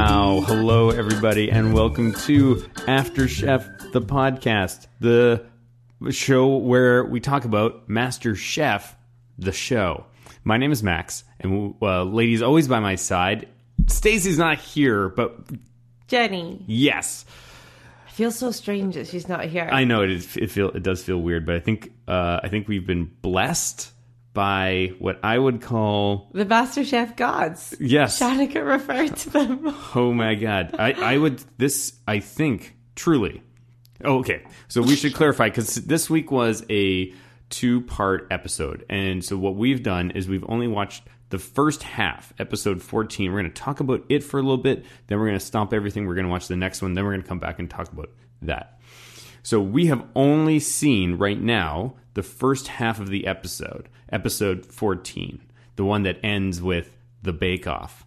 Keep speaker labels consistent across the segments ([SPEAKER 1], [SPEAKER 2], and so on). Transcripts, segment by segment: [SPEAKER 1] hello, everybody, and welcome to After Chef, the podcast, the show where we talk about Master Chef, the show. My name is Max, and uh, ladies always by my side. Stacy's not here, but
[SPEAKER 2] Jenny.
[SPEAKER 1] yes,
[SPEAKER 2] I feel so strange that she's not here.
[SPEAKER 1] I know it. Is, it feel it does feel weird, but I think uh, I think we've been blessed by what I would call
[SPEAKER 2] the Master Chef gods.
[SPEAKER 1] yes.
[SPEAKER 2] Shanika referred to them.
[SPEAKER 1] Oh my god. I, I would this I think truly. Oh, okay. So we should clarify cuz this week was a two-part episode. And so what we've done is we've only watched the first half, episode 14. We're going to talk about it for a little bit, then we're going to stop everything. We're going to watch the next one, then we're going to come back and talk about that. So we have only seen right now the first half of the episode, episode 14, the one that ends with the bake off.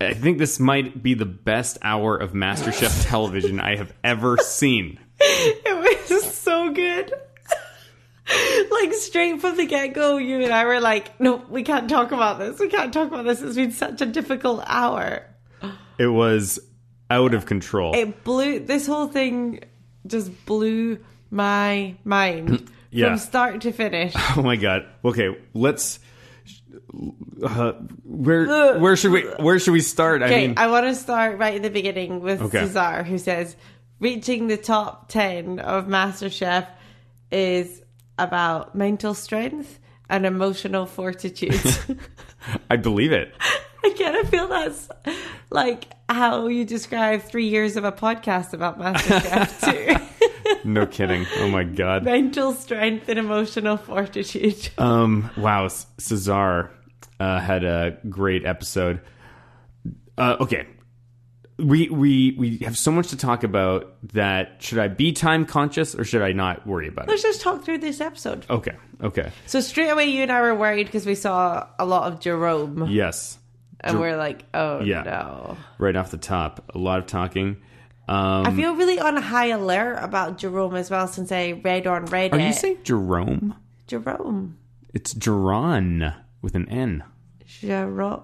[SPEAKER 1] I think this might be the best hour of MasterChef television I have ever seen.
[SPEAKER 2] It was so good. like straight from the get go, you and I were like, "No, we can't talk about this. We can't talk about this. It's been such a difficult hour."
[SPEAKER 1] It was out of control.
[SPEAKER 2] It blew. This whole thing just blew my mind
[SPEAKER 1] Yeah.
[SPEAKER 2] from start to finish.
[SPEAKER 1] Oh my god. Okay, let's uh, where where should we where should we start? I
[SPEAKER 2] Okay,
[SPEAKER 1] mean,
[SPEAKER 2] I want to start right at the beginning with
[SPEAKER 1] Okay.
[SPEAKER 2] Cesar, who says reaching the top 10 of MasterChef is about mental strength and emotional fortitude.
[SPEAKER 1] I believe it.
[SPEAKER 2] I kind of feel that's like how you describe three years of a podcast about MasterChef, too.
[SPEAKER 1] No kidding. Oh my god.
[SPEAKER 2] mental strength and emotional fortitude.
[SPEAKER 1] Um, wow, C- Cesar uh, had a great episode. Uh, okay, we we we have so much to talk about that. Should I be time conscious or should I not worry about it?
[SPEAKER 2] Let's just talk through this episode.
[SPEAKER 1] Okay, okay,
[SPEAKER 2] So, straight away, you and I were worried because we saw a lot of Jerome,
[SPEAKER 1] yes,
[SPEAKER 2] and we're like, oh
[SPEAKER 1] Yeah.
[SPEAKER 2] no.
[SPEAKER 1] right off the top, a lot of talking. Um,
[SPEAKER 2] I feel really on high alert about Jerome as well since I read on Reddit.
[SPEAKER 1] are Oh, you saying Jerome?
[SPEAKER 2] Jerome?
[SPEAKER 1] It's Jeron with an N.
[SPEAKER 2] Jerome.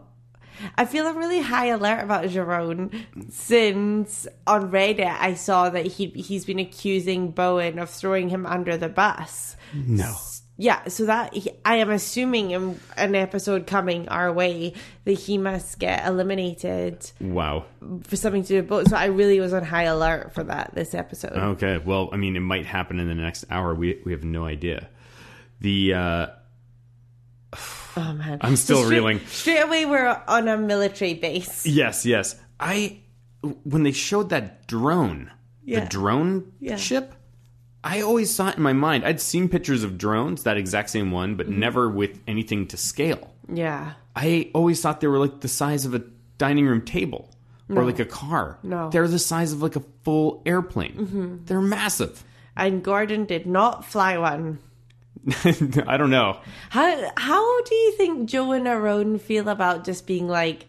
[SPEAKER 2] I feel a really high alert about Jerome since on Reddit I saw that he he's been accusing Bowen of throwing him under the bus.
[SPEAKER 1] No.
[SPEAKER 2] Yeah, so that he, I am assuming in an episode coming our way that he must get eliminated
[SPEAKER 1] Wow.
[SPEAKER 2] for something to do. with Bowen. so I really was on high alert for that this episode.
[SPEAKER 1] Okay. Well, I mean, it might happen in the next hour. We we have no idea. The uh,
[SPEAKER 2] Oh man,
[SPEAKER 1] I'm still
[SPEAKER 2] straight-
[SPEAKER 1] reeling.
[SPEAKER 2] Straight away, we're on a military base.
[SPEAKER 1] Yes, yes. I when they showed that drone,
[SPEAKER 2] Yeah.
[SPEAKER 1] the drone
[SPEAKER 2] Yeah.
[SPEAKER 1] ship, I always saw it in my mind. I'd seen pictures of drones, that exact same one, but
[SPEAKER 2] Mm-hmm.
[SPEAKER 1] never with anything to scale.
[SPEAKER 2] Yeah.
[SPEAKER 1] I always thought they were like the size of a dining room table or like a car.
[SPEAKER 2] No. Mm-hmm.
[SPEAKER 1] They're the size of like a full airplane. They're massive.
[SPEAKER 2] And Gordon did not fly one.
[SPEAKER 1] I don't know.
[SPEAKER 2] How how do you think Joe and Aaron feel about just being like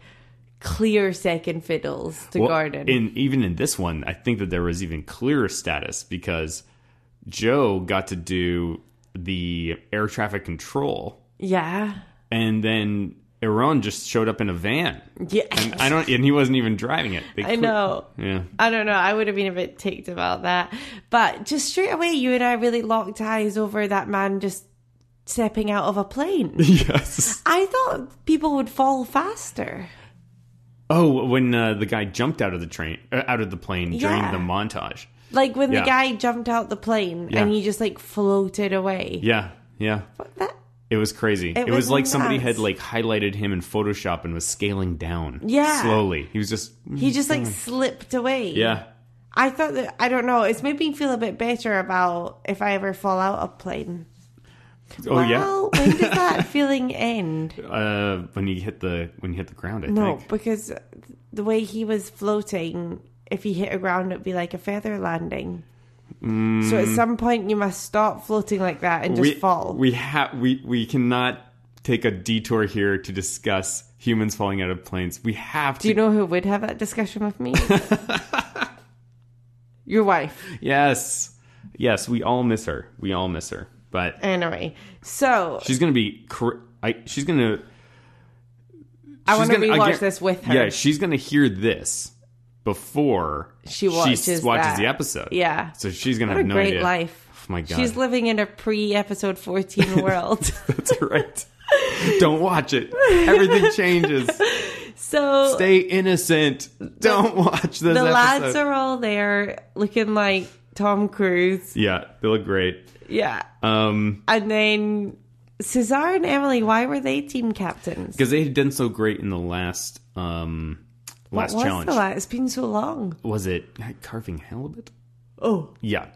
[SPEAKER 2] clear second fiddles to
[SPEAKER 1] Well,
[SPEAKER 2] Gordon?
[SPEAKER 1] In even in this one, I think that there was even clearer status because Joe got to do the air traffic control,
[SPEAKER 2] yeah.
[SPEAKER 1] and then Iran just showed up in a van.
[SPEAKER 2] Yeah.
[SPEAKER 1] And I don't, and he wasn't even driving it. They
[SPEAKER 2] I
[SPEAKER 1] cle-
[SPEAKER 2] know.
[SPEAKER 1] Yeah.
[SPEAKER 2] I don't know. I would have been a bit ticked about that. But just straight away, you and I really locked eyes over that man just stepping out of a plane.
[SPEAKER 1] Yes.
[SPEAKER 2] I thought people would fall faster.
[SPEAKER 1] Oh, when uh, the guy jumped out of the train, uh, out of the plane during
[SPEAKER 2] Yeah.
[SPEAKER 1] the montage.
[SPEAKER 2] Like when
[SPEAKER 1] Yeah.
[SPEAKER 2] the guy jumped out the plane
[SPEAKER 1] Yeah.
[SPEAKER 2] and he just like floated away.
[SPEAKER 1] Yeah. Yeah.
[SPEAKER 2] But that-
[SPEAKER 1] It was crazy. It, was,
[SPEAKER 2] was
[SPEAKER 1] like somebody
[SPEAKER 2] nuts.
[SPEAKER 1] had like highlighted him in Photoshop and was scaling down.
[SPEAKER 2] Yeah.
[SPEAKER 1] Slowly. He was just.
[SPEAKER 2] he just like slipped away.
[SPEAKER 1] Mm. Yeah.
[SPEAKER 2] I thought that I don't know. It's made me feel a bit better about if I ever fall out of plane.
[SPEAKER 1] Oh yeah.
[SPEAKER 2] Well, when did that feeling end?
[SPEAKER 1] Uh, when you hit the when you hit the ground, I
[SPEAKER 2] No,
[SPEAKER 1] think.
[SPEAKER 2] because the way he was floating, if he hit a ground, it'd be like a feather landing. So at some point, you must stop floating like that and just
[SPEAKER 1] Mm. we
[SPEAKER 2] fall.
[SPEAKER 1] we have we we cannot take a detour here to discuss humans falling out of planes. We have to.
[SPEAKER 2] Do you know who would have that discussion with me? Your wife.
[SPEAKER 1] yes, yes. We all miss her. We all miss her. But
[SPEAKER 2] Anyway, so
[SPEAKER 1] she's gonna be. Cr- I, she's gonna.
[SPEAKER 2] I want to
[SPEAKER 1] gonna-
[SPEAKER 2] rewatch
[SPEAKER 1] guar-
[SPEAKER 2] this with her.
[SPEAKER 1] Yeah, she's gonna hear this before
[SPEAKER 2] She watches
[SPEAKER 1] watches
[SPEAKER 2] that.
[SPEAKER 1] the episode.
[SPEAKER 2] Yeah.
[SPEAKER 1] so she's gonna
[SPEAKER 2] What a
[SPEAKER 1] have no
[SPEAKER 2] great
[SPEAKER 1] idea.
[SPEAKER 2] life.
[SPEAKER 1] Oh my god,
[SPEAKER 2] She's living in a pre episode 14 world.
[SPEAKER 1] that's right. Don't watch it. Everything changes.
[SPEAKER 2] so
[SPEAKER 1] Stay innocent. Don't watch this.
[SPEAKER 2] the lads
[SPEAKER 1] episode.
[SPEAKER 2] are all there looking like Tom Cruise.
[SPEAKER 1] Yeah, they look great.
[SPEAKER 2] Yeah.
[SPEAKER 1] Um,
[SPEAKER 2] And then Cesar and Emily, why were they team captains?
[SPEAKER 1] because they had done so great in the last um last
[SPEAKER 2] what
[SPEAKER 1] challenge.
[SPEAKER 2] Was the last? It's been so long.
[SPEAKER 1] was it carving halibut?
[SPEAKER 2] Oh,
[SPEAKER 1] Yeah,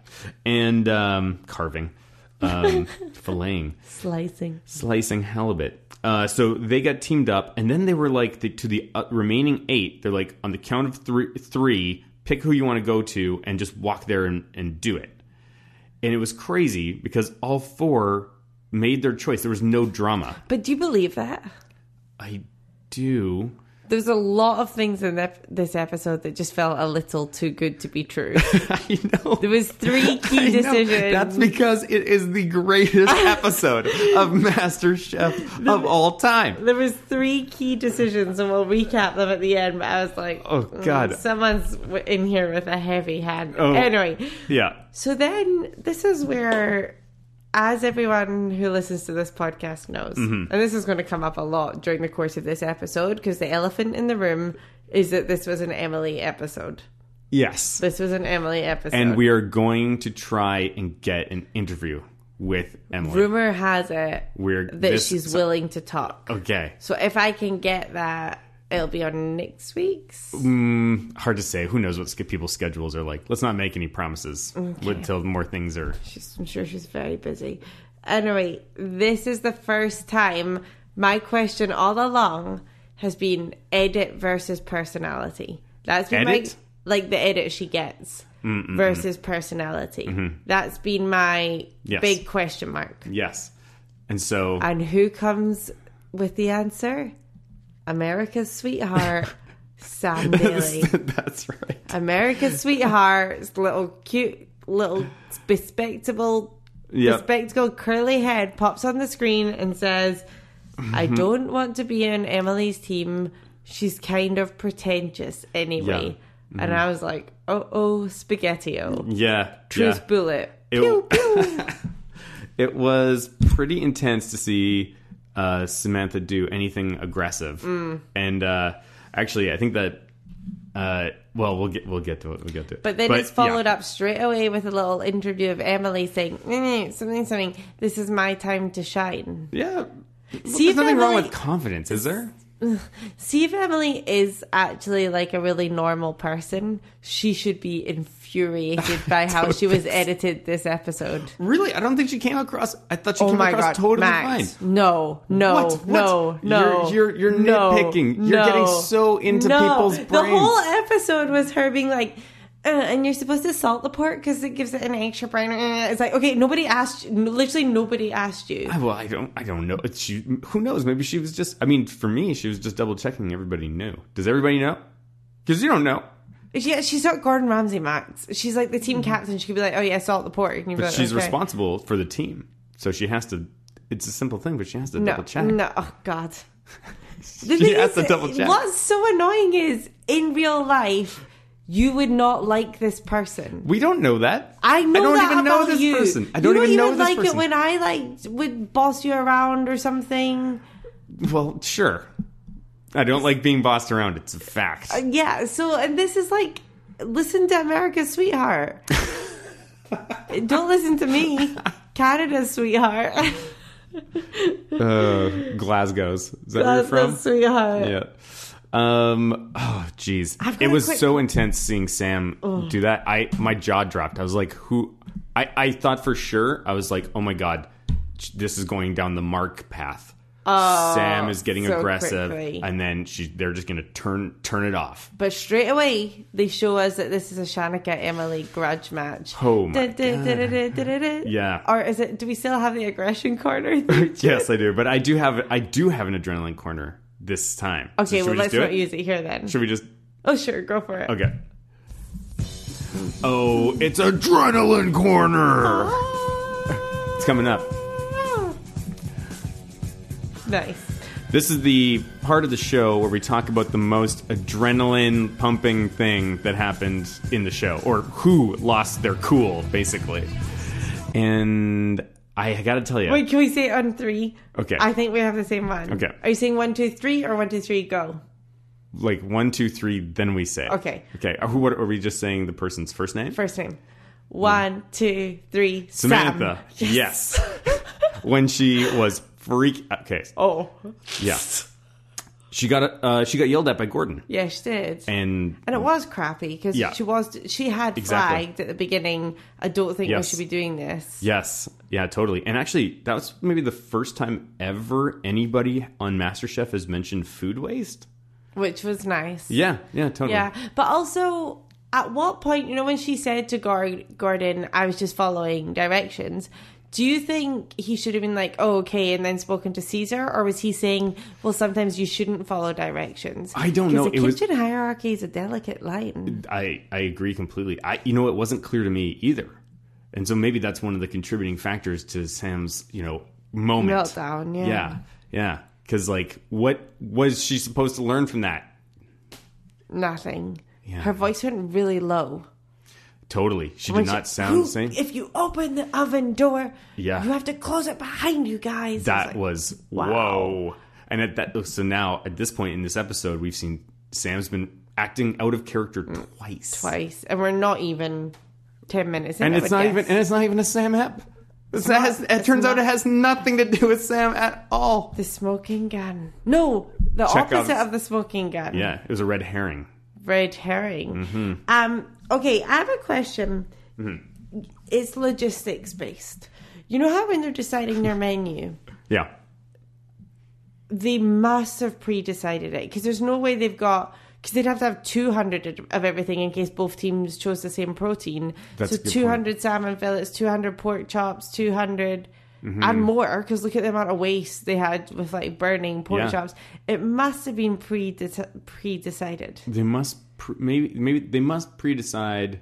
[SPEAKER 1] and um, carving, um, filleting,
[SPEAKER 2] slicing.
[SPEAKER 1] slicing halibut. Uh, so they got teamed up, and then they were like the, to the uh, remaining eight. They're like on the count of three, three, pick who you want to go to, and just walk there and, and do it. And it was crazy because all four made their choice. There was no drama.
[SPEAKER 2] But do you believe that?
[SPEAKER 1] I do.
[SPEAKER 2] There's a lot of things in that, this episode that just felt a little too good to be true.
[SPEAKER 1] I know.
[SPEAKER 2] There was three
[SPEAKER 1] I
[SPEAKER 2] key
[SPEAKER 1] know.
[SPEAKER 2] decisions.
[SPEAKER 1] That's because it is the greatest episode of Master Chef of all time.
[SPEAKER 2] there was three key decisions, and we'll recap them at the end. But I was like,
[SPEAKER 1] Oh,
[SPEAKER 2] mm,
[SPEAKER 1] God.
[SPEAKER 2] someone's w- in here with a heavy hand."
[SPEAKER 1] Oh.
[SPEAKER 2] Anyway,
[SPEAKER 1] Yeah.
[SPEAKER 2] so then this is where, as everyone who listens to this podcast knows,
[SPEAKER 1] Mm-hmm.
[SPEAKER 2] and this is going to come up a lot during the course of this episode because the elephant in the room is that this was an Emily episode.
[SPEAKER 1] Yes.
[SPEAKER 2] This was an Emily episode.
[SPEAKER 1] And we are going to try and get an interview with Emily.
[SPEAKER 2] rumor has it
[SPEAKER 1] We're
[SPEAKER 2] that
[SPEAKER 1] this- Oh.
[SPEAKER 2] she's willing to talk.
[SPEAKER 1] okay.
[SPEAKER 2] So if I can get that, it'll be on next week's.
[SPEAKER 1] Hard to say. Who knows what sk- people's schedules are like? Let's not make any promises until more things are.
[SPEAKER 2] She's, I'm sure she's very busy. Anyway, this is the first time my question all along has been edit versus personality. That's been
[SPEAKER 1] Edit? Mm,
[SPEAKER 2] my like the edit she gets versus personality. That's been my
[SPEAKER 1] Mm-hmm. Yes.
[SPEAKER 2] big question mark.
[SPEAKER 1] Yes. And so
[SPEAKER 2] And who comes with the answer? America's sweetheart, Sam Daly.
[SPEAKER 1] that's right.
[SPEAKER 2] America's sweetheart's little cute little bespectable
[SPEAKER 1] Yep.
[SPEAKER 2] bespectacled curly head pops on the screen and says, I
[SPEAKER 1] Mm-hmm.
[SPEAKER 2] don't want to be on Emily's team. She's kind of pretentious anyway.
[SPEAKER 1] Mm-hmm.
[SPEAKER 2] And I was like, oh oh spaghettio.
[SPEAKER 1] Yeah.
[SPEAKER 2] Truth
[SPEAKER 1] yeah.
[SPEAKER 2] bullet.
[SPEAKER 1] It-
[SPEAKER 2] Pew, pew.
[SPEAKER 1] it was pretty intense to see uh, Samantha do anything aggressive.
[SPEAKER 2] Mm.
[SPEAKER 1] And uh, actually, I think that. Uh, well, we'll get we'll get to it. We'll get to it.
[SPEAKER 2] But then it's followed up straight away with a little interview of Emily saying, "Mm, something, something, this is my time to shine.
[SPEAKER 1] Yeah.
[SPEAKER 2] See
[SPEAKER 1] There's
[SPEAKER 2] if
[SPEAKER 1] nothing wrong
[SPEAKER 2] Emily-
[SPEAKER 1] with confidence, is there?
[SPEAKER 2] See if Emily is actually like a really normal person. She should be infuriated by how she was edited this episode.
[SPEAKER 1] Really, I don't think she came across. I thought she
[SPEAKER 2] Oh
[SPEAKER 1] came
[SPEAKER 2] my
[SPEAKER 1] across
[SPEAKER 2] god,
[SPEAKER 1] totally
[SPEAKER 2] Max!
[SPEAKER 1] fine.
[SPEAKER 2] No, no,
[SPEAKER 1] What? What?
[SPEAKER 2] no, no.
[SPEAKER 1] You're- you're- you're nitpicking. You're getting so into people's
[SPEAKER 2] The
[SPEAKER 1] brains.
[SPEAKER 2] whole episode was her being like. Uh, and you're supposed to salt the pork because it gives it an extra brown. Uh, it's like okay, nobody asked. you- Literally, nobody asked you.
[SPEAKER 1] Well, I don't. I don't know. It's- She, who knows? Maybe she was just. I mean, for me, she was just double checking. Everybody knew. Does everybody know? Because you don't know.
[SPEAKER 2] Yeah, she's not Gordon Ramsay, Max. She's like the team captain. She could be like, oh yeah, salt the pork. And you'd be
[SPEAKER 1] Mm-hmm. But
[SPEAKER 2] like,
[SPEAKER 1] she's
[SPEAKER 2] okay.
[SPEAKER 1] responsible for the team, so she has to. It's a simple thing, but she has to
[SPEAKER 2] No,
[SPEAKER 1] double check.
[SPEAKER 2] no, oh god. The
[SPEAKER 1] She
[SPEAKER 2] thing
[SPEAKER 1] has
[SPEAKER 2] is,
[SPEAKER 1] to double check.
[SPEAKER 2] What's so annoying is in real life, you would not like this person.
[SPEAKER 1] We don't know that.
[SPEAKER 2] I know
[SPEAKER 1] I don't
[SPEAKER 2] that
[SPEAKER 1] even know
[SPEAKER 2] about
[SPEAKER 1] this
[SPEAKER 2] you.
[SPEAKER 1] person. I don't
[SPEAKER 2] you
[SPEAKER 1] even know this
[SPEAKER 2] like
[SPEAKER 1] person.
[SPEAKER 2] it when I like would boss you around or something.
[SPEAKER 1] Well, sure. I don't like being bossed around. It's a fact.
[SPEAKER 2] Yeah. So, and this is like, listen to America's sweetheart. Don't listen to me, Canada's sweetheart.
[SPEAKER 1] uh, Glasgow's. Is that where you're
[SPEAKER 2] That's
[SPEAKER 1] from?
[SPEAKER 2] the sweetheart.
[SPEAKER 1] yeah. Um. Oh, jeez.
[SPEAKER 2] I've got
[SPEAKER 1] It
[SPEAKER 2] a
[SPEAKER 1] was
[SPEAKER 2] quick-
[SPEAKER 1] so intense seeing Sam do that. I my jaw dropped. I was like, who? I I thought for sure. I was like, oh my god, this is going down the mark path. Sam is getting
[SPEAKER 2] Oh, so
[SPEAKER 1] aggressive,
[SPEAKER 2] quickly.
[SPEAKER 1] and then she they're just gonna turn turn it off.
[SPEAKER 2] But straight away, they show us that this is a Shanika Emily grudge match.
[SPEAKER 1] Oh my Yeah.
[SPEAKER 2] Yeah. Or is it? Do we still have the aggression corner? okay,
[SPEAKER 1] yes, I do. But I do have I do have an adrenaline corner this time. So should
[SPEAKER 2] well
[SPEAKER 1] we just
[SPEAKER 2] let's
[SPEAKER 1] do
[SPEAKER 2] not
[SPEAKER 1] it?
[SPEAKER 2] use it here then.
[SPEAKER 1] Should we just
[SPEAKER 2] Oh sure, go for it.
[SPEAKER 1] okay? Oh, it's adrenaline corner. It's coming up.
[SPEAKER 2] nice.
[SPEAKER 1] This is the part of the show where we talk about the most adrenaline pumping thing that happened in the show, or who lost their cool, basically. And I gotta tell you,
[SPEAKER 2] Wait, can we say it on three?
[SPEAKER 1] Okay.
[SPEAKER 2] I think we have the same one.
[SPEAKER 1] Okay.
[SPEAKER 2] Are you saying one, two, three, or one, two, three, go?
[SPEAKER 1] like one, two, three, then we say. it.
[SPEAKER 2] Okay.
[SPEAKER 1] Okay. Are, who, what, are we just saying the person's first name?
[SPEAKER 2] First name. One, two, three, Sam.
[SPEAKER 1] Samantha. Yes. when she was freak. Okay.
[SPEAKER 2] Oh,
[SPEAKER 1] Yeah. She got uh, she got yelled at by Gordon,
[SPEAKER 2] yeah, she did. And,
[SPEAKER 1] and
[SPEAKER 2] it was crappy because
[SPEAKER 1] Yeah.
[SPEAKER 2] she was she had
[SPEAKER 1] Exactly.
[SPEAKER 2] flagged at the beginning. I don't think
[SPEAKER 1] Yes.
[SPEAKER 2] we should be doing this.
[SPEAKER 1] yes, yeah, totally. And actually, that was maybe the first time ever anybody on MasterChef has mentioned food waste.
[SPEAKER 2] which was nice.
[SPEAKER 1] Yeah. Yeah. Totally.
[SPEAKER 2] Yeah, but also at what point, you know, when she said to Gor- Gordon, "I was just following directions." Do you think he should have been like, "Oh, okay," and then spoken to Caesar, or was he saying, "Well, sometimes you shouldn't follow directions"?
[SPEAKER 1] I don't know.
[SPEAKER 2] The
[SPEAKER 1] It was-
[SPEAKER 2] kitchen hierarchy is a delicate line.
[SPEAKER 1] I I agree completely. I you know it wasn't clear to me either, and so maybe that's one of the contributing factors to Sam's you know moment
[SPEAKER 2] Meltdown. Yeah.
[SPEAKER 1] Yeah, yeah. Because like, what was she supposed to learn from that?
[SPEAKER 2] Nothing.
[SPEAKER 1] Yeah.
[SPEAKER 2] Her voice went really low.
[SPEAKER 1] Totally, she
[SPEAKER 2] When
[SPEAKER 1] did
[SPEAKER 2] she-
[SPEAKER 1] not sound
[SPEAKER 2] "Who-
[SPEAKER 1] the same.
[SPEAKER 2] If you open the oven door,
[SPEAKER 1] Yeah.
[SPEAKER 2] you have to close it behind you guys.
[SPEAKER 1] That
[SPEAKER 2] was.
[SPEAKER 1] was whoa. And at that, so now at this point in this episode, we've seen Sam's been acting out of character Mm. twice,
[SPEAKER 2] twice, and we're not even ten minutes. In,
[SPEAKER 1] and
[SPEAKER 2] I
[SPEAKER 1] it's
[SPEAKER 2] would
[SPEAKER 1] not
[SPEAKER 2] guess.
[SPEAKER 1] even and it's not even a Sam ep. It's not- has- it
[SPEAKER 2] it's
[SPEAKER 1] turns out
[SPEAKER 2] not.
[SPEAKER 1] it has nothing to do with Sam at all.
[SPEAKER 2] the smoking gun. No, the
[SPEAKER 1] Chekhov's-
[SPEAKER 2] opposite of the smoking gun.
[SPEAKER 1] Yeah, it was a red herring.
[SPEAKER 2] red herring. Um, okay, I have a question. It's logistics based. You know how when they're deciding their menu,
[SPEAKER 1] Yeah,
[SPEAKER 2] they must have pre-decided it because there's no way they've got because they'd have to have 200 of everything in case both teams chose the same protein
[SPEAKER 1] That's
[SPEAKER 2] so
[SPEAKER 1] a good
[SPEAKER 2] 200 salmon fillets 200 pork chops 200
[SPEAKER 1] Mm-hmm.
[SPEAKER 2] and more because look at the amount of waste they had with like burning pork
[SPEAKER 1] Yeah.
[SPEAKER 2] chops it must have been pre pre-decided
[SPEAKER 1] they must pre- maybe maybe they must pre-decide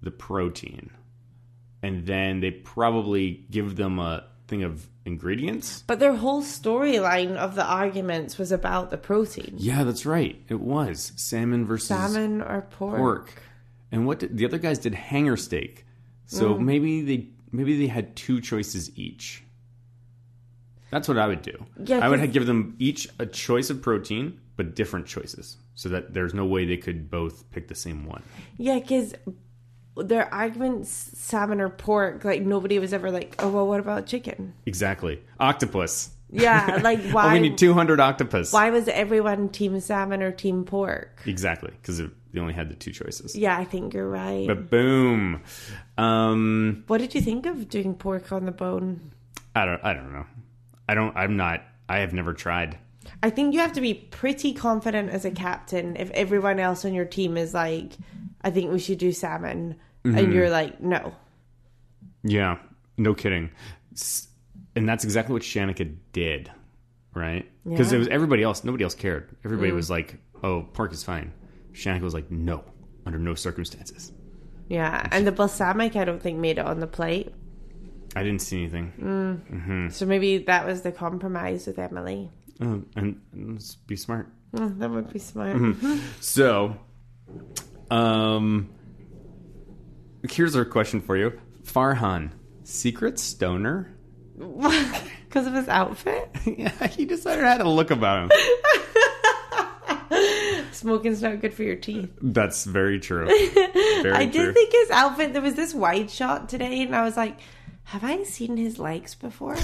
[SPEAKER 1] the protein, and then they probably give them a thing of ingredients.
[SPEAKER 2] but their whole storyline of the arguments was about the protein
[SPEAKER 1] Yeah, that's right. It was salmon versus
[SPEAKER 2] salmon or pork,
[SPEAKER 1] pork. And what did, the other guys did hanger steak. So
[SPEAKER 2] Mm.
[SPEAKER 1] maybe they maybe they had two choices each. That's what I would do.
[SPEAKER 2] Yeah,
[SPEAKER 1] I would
[SPEAKER 2] 'cause-
[SPEAKER 1] have give them each a choice of protein, but different choices, so that there's no way they could both pick the same one.
[SPEAKER 2] Yeah, because their arguments, salmon or pork, like nobody was ever like, oh, well, what about chicken?
[SPEAKER 1] Exactly. Octopus.
[SPEAKER 2] Yeah, like
[SPEAKER 1] Oh,
[SPEAKER 2] why?
[SPEAKER 1] we need 200 octopus.
[SPEAKER 2] why was everyone team salmon or team pork?
[SPEAKER 1] Exactly, because they only had the two choices.
[SPEAKER 2] Yeah, I think you're right.
[SPEAKER 1] But boom. Um,
[SPEAKER 2] what did you think of doing pork on the bone?
[SPEAKER 1] I don't. I don't know. I don't. I'm not. I have never tried.
[SPEAKER 2] I think you have to be pretty confident as a captain if everyone else on your team is like, I think we should do salmon.
[SPEAKER 1] Mm-hmm.
[SPEAKER 2] And you're like, no.
[SPEAKER 1] Yeah, no kidding. S- And that's exactly what Shanika did, right? Because
[SPEAKER 2] Yeah. Mm.
[SPEAKER 1] it was everybody else. Nobody else cared. Everybody was like, "Oh, pork is fine." Shanika was like, "No, under no circumstances."
[SPEAKER 2] Yeah. And the balsamic, I don't think, made it on the plate.
[SPEAKER 1] I didn't see anything.
[SPEAKER 2] Mm.
[SPEAKER 1] Hmm.
[SPEAKER 2] So maybe that was the compromise with Emily.
[SPEAKER 1] Oh, and let's be smart.
[SPEAKER 2] Oh, that would be
[SPEAKER 1] Mm-hmm.
[SPEAKER 2] smart.
[SPEAKER 1] So, um, here's our question for you, Farhan: Secret stoner?
[SPEAKER 2] Because of his outfit?
[SPEAKER 1] yeah, he decided had a look about him.
[SPEAKER 2] Smoking's not good for your teeth.
[SPEAKER 1] That's very true. Very
[SPEAKER 2] I
[SPEAKER 1] true.
[SPEAKER 2] did think his outfit, there was this wide shot today, and I was like, have I seen his legs before?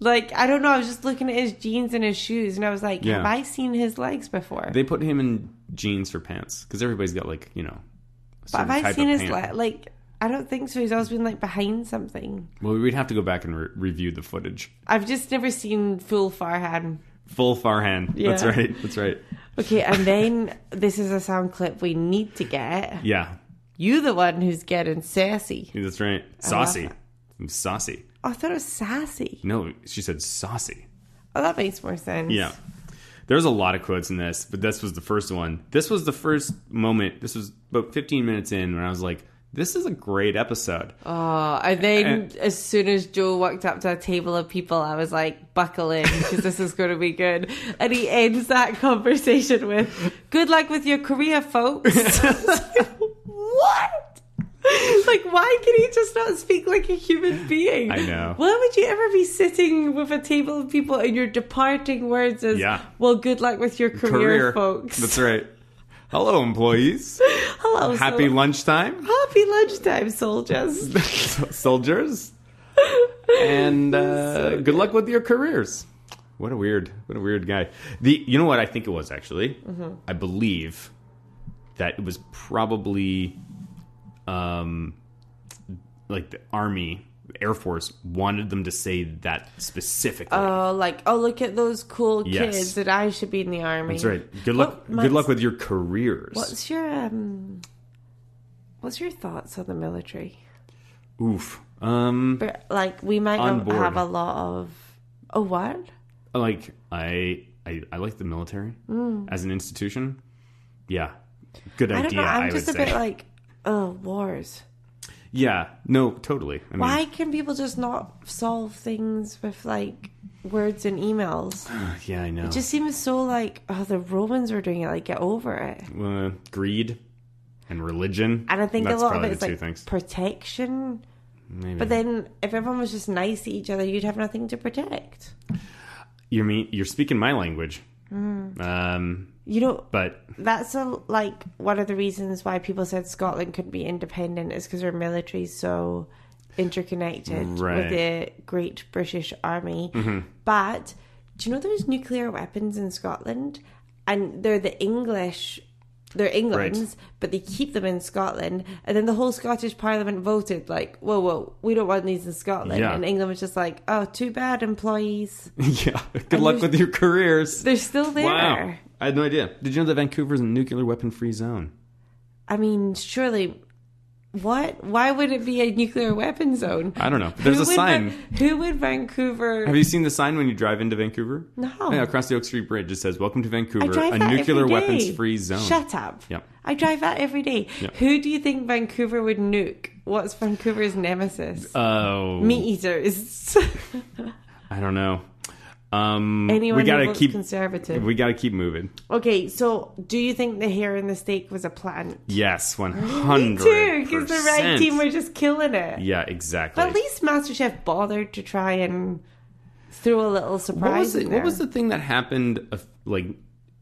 [SPEAKER 2] like, I don't know. I was just looking at his jeans and his shoes, and I was like,
[SPEAKER 1] Yeah.
[SPEAKER 2] have I seen his legs before?
[SPEAKER 1] They put him in jeans for pants because everybody's got like you know. a
[SPEAKER 2] but have
[SPEAKER 1] certain
[SPEAKER 2] I
[SPEAKER 1] type
[SPEAKER 2] seen
[SPEAKER 1] of
[SPEAKER 2] his
[SPEAKER 1] pant.
[SPEAKER 2] legs? Like, I don't think so. He's always been like behind something.
[SPEAKER 1] Well, we'd have to go back and re- review the footage.
[SPEAKER 2] I've just never seen full Farhan.
[SPEAKER 1] Full Farhan. That's
[SPEAKER 2] Yeah.
[SPEAKER 1] right. That's right.
[SPEAKER 2] Okay, and then this is a sound clip we need to get.
[SPEAKER 1] Yeah,
[SPEAKER 2] You the one who's getting sassy.
[SPEAKER 1] that's right. Saucy. I'm saucy.
[SPEAKER 2] Oh, I thought it was sassy.
[SPEAKER 1] No, she said saucy.
[SPEAKER 2] Oh, that makes more sense.
[SPEAKER 1] Yeah. There's a lot of quotes in this, but this was the first one. This was the first moment. This was about 15 minutes in when I was like, this is a great episode.
[SPEAKER 2] Oh, and then as soon as Joe walked up to a table of people, I was like, buckle in because this is going to be good. And he ends that conversation with, good luck with your career, folks. what? Like, why can he just not speak like a human being?
[SPEAKER 1] I know.
[SPEAKER 2] Why would you ever be sitting with a table of people and your departing words is,
[SPEAKER 1] Yeah.
[SPEAKER 2] well, good luck with your career,
[SPEAKER 1] Career,
[SPEAKER 2] folks?
[SPEAKER 1] That's right. Hello, employees.
[SPEAKER 2] Hello,
[SPEAKER 1] Happy
[SPEAKER 2] sol-
[SPEAKER 1] lunchtime,
[SPEAKER 2] Happy lunchtime, soldiers.
[SPEAKER 1] soldiers. And uh, good luck with your careers. What a weird, what a weird guy. The, you know what I think it was actually.
[SPEAKER 2] Mm-hmm.
[SPEAKER 1] I believe that it was probably, um, like the army, the air force wanted them to say that specifically.
[SPEAKER 2] Oh, like oh, look at those cool
[SPEAKER 1] Yes.
[SPEAKER 2] kids that I should be in the army.
[SPEAKER 1] That's right. Good luck.
[SPEAKER 2] What-
[SPEAKER 1] good
[SPEAKER 2] Max,
[SPEAKER 1] luck with your careers.
[SPEAKER 2] What's your um? What's your thoughts on the military?
[SPEAKER 1] Oof. Um.
[SPEAKER 2] But, Like we might
[SPEAKER 1] On
[SPEAKER 2] not
[SPEAKER 1] board.
[SPEAKER 2] have a lot of. Oh what?
[SPEAKER 1] Like I, I, I like the military as an institution. Yeah. Good
[SPEAKER 2] Mm. I don't
[SPEAKER 1] idea.
[SPEAKER 2] know.
[SPEAKER 1] I
[SPEAKER 2] I'm
[SPEAKER 1] would
[SPEAKER 2] just a
[SPEAKER 1] say.
[SPEAKER 2] bit like, oh wars.
[SPEAKER 1] yeah. No. Totally. I mean,
[SPEAKER 2] Why can people just not solve things with like words and emails? It
[SPEAKER 1] uh, Yeah. I know.
[SPEAKER 2] just seems so like oh the Romans were doing it. Like get over it.
[SPEAKER 1] uh, greed and religion.
[SPEAKER 2] And I think
[SPEAKER 1] That's
[SPEAKER 2] a lot of
[SPEAKER 1] probably
[SPEAKER 2] it's
[SPEAKER 1] the two
[SPEAKER 2] like
[SPEAKER 1] things. Hmm.
[SPEAKER 2] protection.
[SPEAKER 1] Maybe.
[SPEAKER 2] But then if everyone was just nice to each other, you'd have nothing to protect.
[SPEAKER 1] you mean you're speaking my language.
[SPEAKER 2] Mm.
[SPEAKER 1] Um.
[SPEAKER 2] You know,
[SPEAKER 1] But
[SPEAKER 2] that's a, like one of the reasons why people said Scotland could be independent is because their military is so interconnected
[SPEAKER 1] Right. Mm-hmm.
[SPEAKER 2] with the Great British Army. But do you know there's nuclear weapons in Scotland, and they're the English. They're England's, but they keep them in Scotland. And then the whole Scottish Parliament voted, like, whoa, whoa, we don't want these in Scotland.
[SPEAKER 1] Yeah.
[SPEAKER 2] And England was just like, oh, too bad, employees.
[SPEAKER 1] yeah. Good luck with your careers.
[SPEAKER 2] They're still there.
[SPEAKER 1] Wow. I had no idea. Did you know that Vancouver's a nuclear weapon free zone?
[SPEAKER 2] I mean, surely, what? Why would it be a nuclear weapon zone?
[SPEAKER 1] I don't know. There's
[SPEAKER 2] Who
[SPEAKER 1] a
[SPEAKER 2] would
[SPEAKER 1] sign.
[SPEAKER 2] Van- who would Vancouver?
[SPEAKER 1] Have you seen the sign when you drive into Vancouver?
[SPEAKER 2] No.
[SPEAKER 1] Yeah, across the Oak Street Bridge, it says, Welcome to
[SPEAKER 2] I
[SPEAKER 1] Vancouver,
[SPEAKER 2] drive
[SPEAKER 1] a
[SPEAKER 2] that
[SPEAKER 1] nuclear
[SPEAKER 2] every day.
[SPEAKER 1] weapons free zone.
[SPEAKER 2] Shut up.
[SPEAKER 1] Yep.
[SPEAKER 2] I drive that every day.
[SPEAKER 1] Yep.
[SPEAKER 2] Who do you think Vancouver would nuke? What's Vancouver's nemesis?
[SPEAKER 1] Oh.
[SPEAKER 2] Meat eaters.
[SPEAKER 1] I don't know. Um,
[SPEAKER 2] Anyone
[SPEAKER 1] we gotta
[SPEAKER 2] who votes
[SPEAKER 1] keep
[SPEAKER 2] conservative.
[SPEAKER 1] We gotta keep moving.
[SPEAKER 2] okay, so do you think the hair in the steak was a plant?
[SPEAKER 1] Yes, 100.
[SPEAKER 2] Too, because the right team were just killing it.
[SPEAKER 1] Yeah, exactly.
[SPEAKER 2] But at least MasterChef bothered to try and throw a little surprise.
[SPEAKER 1] what was, it,
[SPEAKER 2] in
[SPEAKER 1] what
[SPEAKER 2] there.
[SPEAKER 1] was the thing that happened, uh, like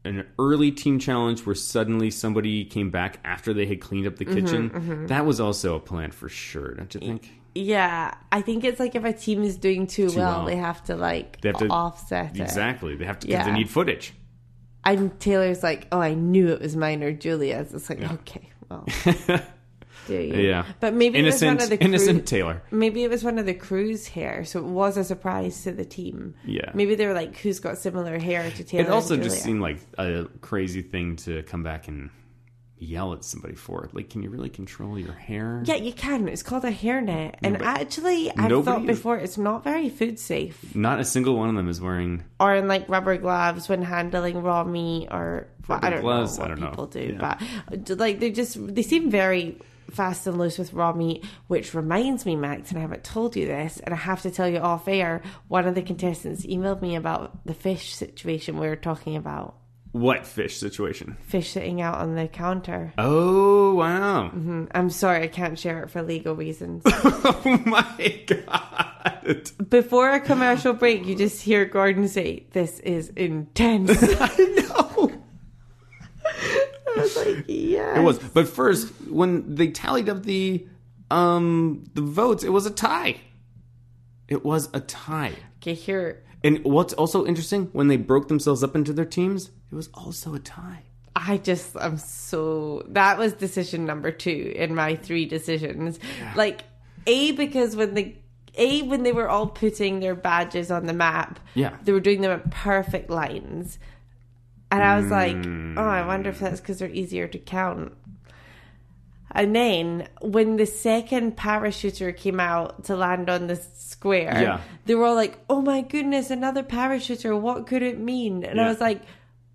[SPEAKER 1] an early team challenge where suddenly somebody came back after they had cleaned up the
[SPEAKER 2] Mm-hmm,
[SPEAKER 1] kitchen? That was also a plan for sure, don't you think?
[SPEAKER 2] Yeah, I think it's like if a team is doing too, well,
[SPEAKER 1] well.
[SPEAKER 2] they have to like
[SPEAKER 1] They have to-
[SPEAKER 2] offset it.
[SPEAKER 1] Exactly. They have to, 'cause they
[SPEAKER 2] Yeah.
[SPEAKER 1] need footage.
[SPEAKER 2] And Taylor's like, "Oh, I knew it was mine or Julia's." It's like, okay, well, do you?
[SPEAKER 1] Yeah.
[SPEAKER 2] But maybe it was
[SPEAKER 1] innocent,
[SPEAKER 2] one of the
[SPEAKER 1] innocent
[SPEAKER 2] crew-
[SPEAKER 1] Taylor.
[SPEAKER 2] maybe it was one of the crew's hair, so it was a surprise to the team.
[SPEAKER 1] Yeah.
[SPEAKER 2] Maybe they were like, "Who's got similar hair to Taylor?"
[SPEAKER 1] It
[SPEAKER 2] and
[SPEAKER 1] also just
[SPEAKER 2] Julia?"
[SPEAKER 1] seemed like a crazy thing to come back and yell at somebody for. Like, can you really control your hair?
[SPEAKER 2] Yeah, you can. It's called a hairnet, and actually, I've
[SPEAKER 1] nobody-
[SPEAKER 2] thought before it's not very food safe.
[SPEAKER 1] Not a single one of them is wearing.
[SPEAKER 2] or in like rubber gloves when handling raw meat or well, I
[SPEAKER 1] Rubber
[SPEAKER 2] don't
[SPEAKER 1] gloves,
[SPEAKER 2] know
[SPEAKER 1] I
[SPEAKER 2] what
[SPEAKER 1] don't know.
[SPEAKER 2] people do,
[SPEAKER 1] Yeah.
[SPEAKER 2] but like they just they seem very fast and loose with raw meat, which reminds me, Max, and I haven't told you this, and I have to tell you off air. One of the contestants emailed me about the fish situation we were talking about,
[SPEAKER 1] What fish situation?
[SPEAKER 2] fish sitting out on the counter.
[SPEAKER 1] Oh wow!
[SPEAKER 2] I'm sorry, I can't share it for legal reasons.
[SPEAKER 1] Oh my god!
[SPEAKER 2] Before a commercial break, you just hear Gordon say, "This is intense."
[SPEAKER 1] I know
[SPEAKER 2] I was like, "Yeah."
[SPEAKER 1] it was. But first, when they tallied up the um the votes, it was a tie. It was a tie.
[SPEAKER 2] Okay, here.
[SPEAKER 1] And what's also interesting, when they broke themselves up into their teams, it was also a tie.
[SPEAKER 2] I just I'm so that was decision number two in my three decisions. Like A because when the A when they were all putting their badges on the map,
[SPEAKER 1] Yeah.
[SPEAKER 2] they were doing them at perfect lines. And I was
[SPEAKER 1] Mm.
[SPEAKER 2] like, oh, I wonder if that's because they're easier to count. And then when the second parachuter came out to land on the square,
[SPEAKER 1] Yeah.
[SPEAKER 2] they were all like, oh my goodness, another parachuter. What could it mean? And
[SPEAKER 1] Yeah.
[SPEAKER 2] I was like,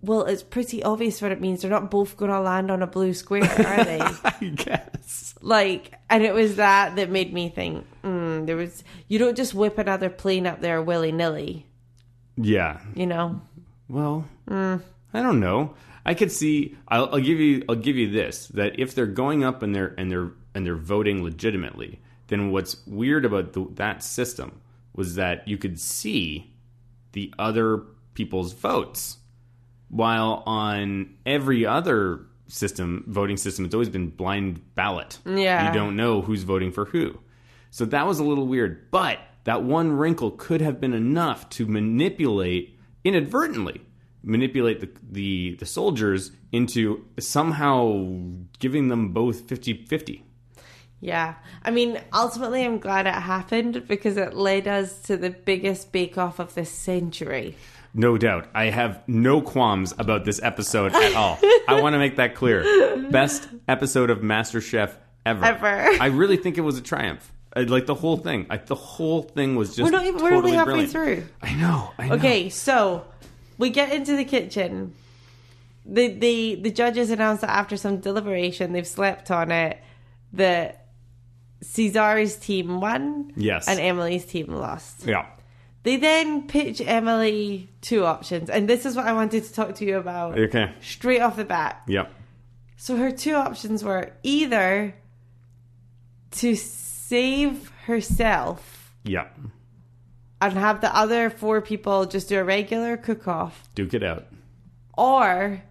[SPEAKER 2] well, it's pretty obvious what it means. They're not both going to land on a blue square, are they?
[SPEAKER 1] I guess.
[SPEAKER 2] like, and it was that that made me think. Mm, there was you don't just whip another plane up there willy nilly,
[SPEAKER 1] Yeah.
[SPEAKER 2] you know.
[SPEAKER 1] Well, I don't know. I could see. I'll, I'll give you. I'll give you this: that if they're going up and they're and they're and they're voting legitimately, then what's weird about the, that system was that you could see the other people's votes, while on every other system, voting system, it's always been blind ballot.
[SPEAKER 2] Yeah.
[SPEAKER 1] you don't know who's voting for who. So that was a little weird, but that one wrinkle could have been enough to manipulate inadvertently manipulate the the, the soldiers into somehow giving them both 50-50.
[SPEAKER 2] Yeah. I mean, ultimately, I'm glad it happened because it led us to the biggest bake off of this century.
[SPEAKER 1] No doubt. I have no qualms about this episode at all. I want to make that clear. Best episode of MasterChef ever.
[SPEAKER 2] Ever.
[SPEAKER 1] I really think it was a triumph. I- Like the whole thing. I, the whole thing was just
[SPEAKER 2] We're not even,
[SPEAKER 1] totally
[SPEAKER 2] we're only halfway
[SPEAKER 1] brilliant.
[SPEAKER 2] through.
[SPEAKER 1] I know. I know.
[SPEAKER 2] Okay, so we get into the kitchen. The, the the judges announced that after some deliberation, they've slept on it. That Cesare's team won,
[SPEAKER 1] Yes.
[SPEAKER 2] and Emily's team lost.
[SPEAKER 1] yeah.
[SPEAKER 2] They then pitch Emily two options, and this is what I wanted to talk to you about
[SPEAKER 1] Okay.
[SPEAKER 2] straight off the bat.
[SPEAKER 1] Yep.
[SPEAKER 2] So her two options were either to save herself
[SPEAKER 1] Yep.
[SPEAKER 2] and have the other four people just do a regular cook off,
[SPEAKER 1] Duke it out.
[SPEAKER 2] or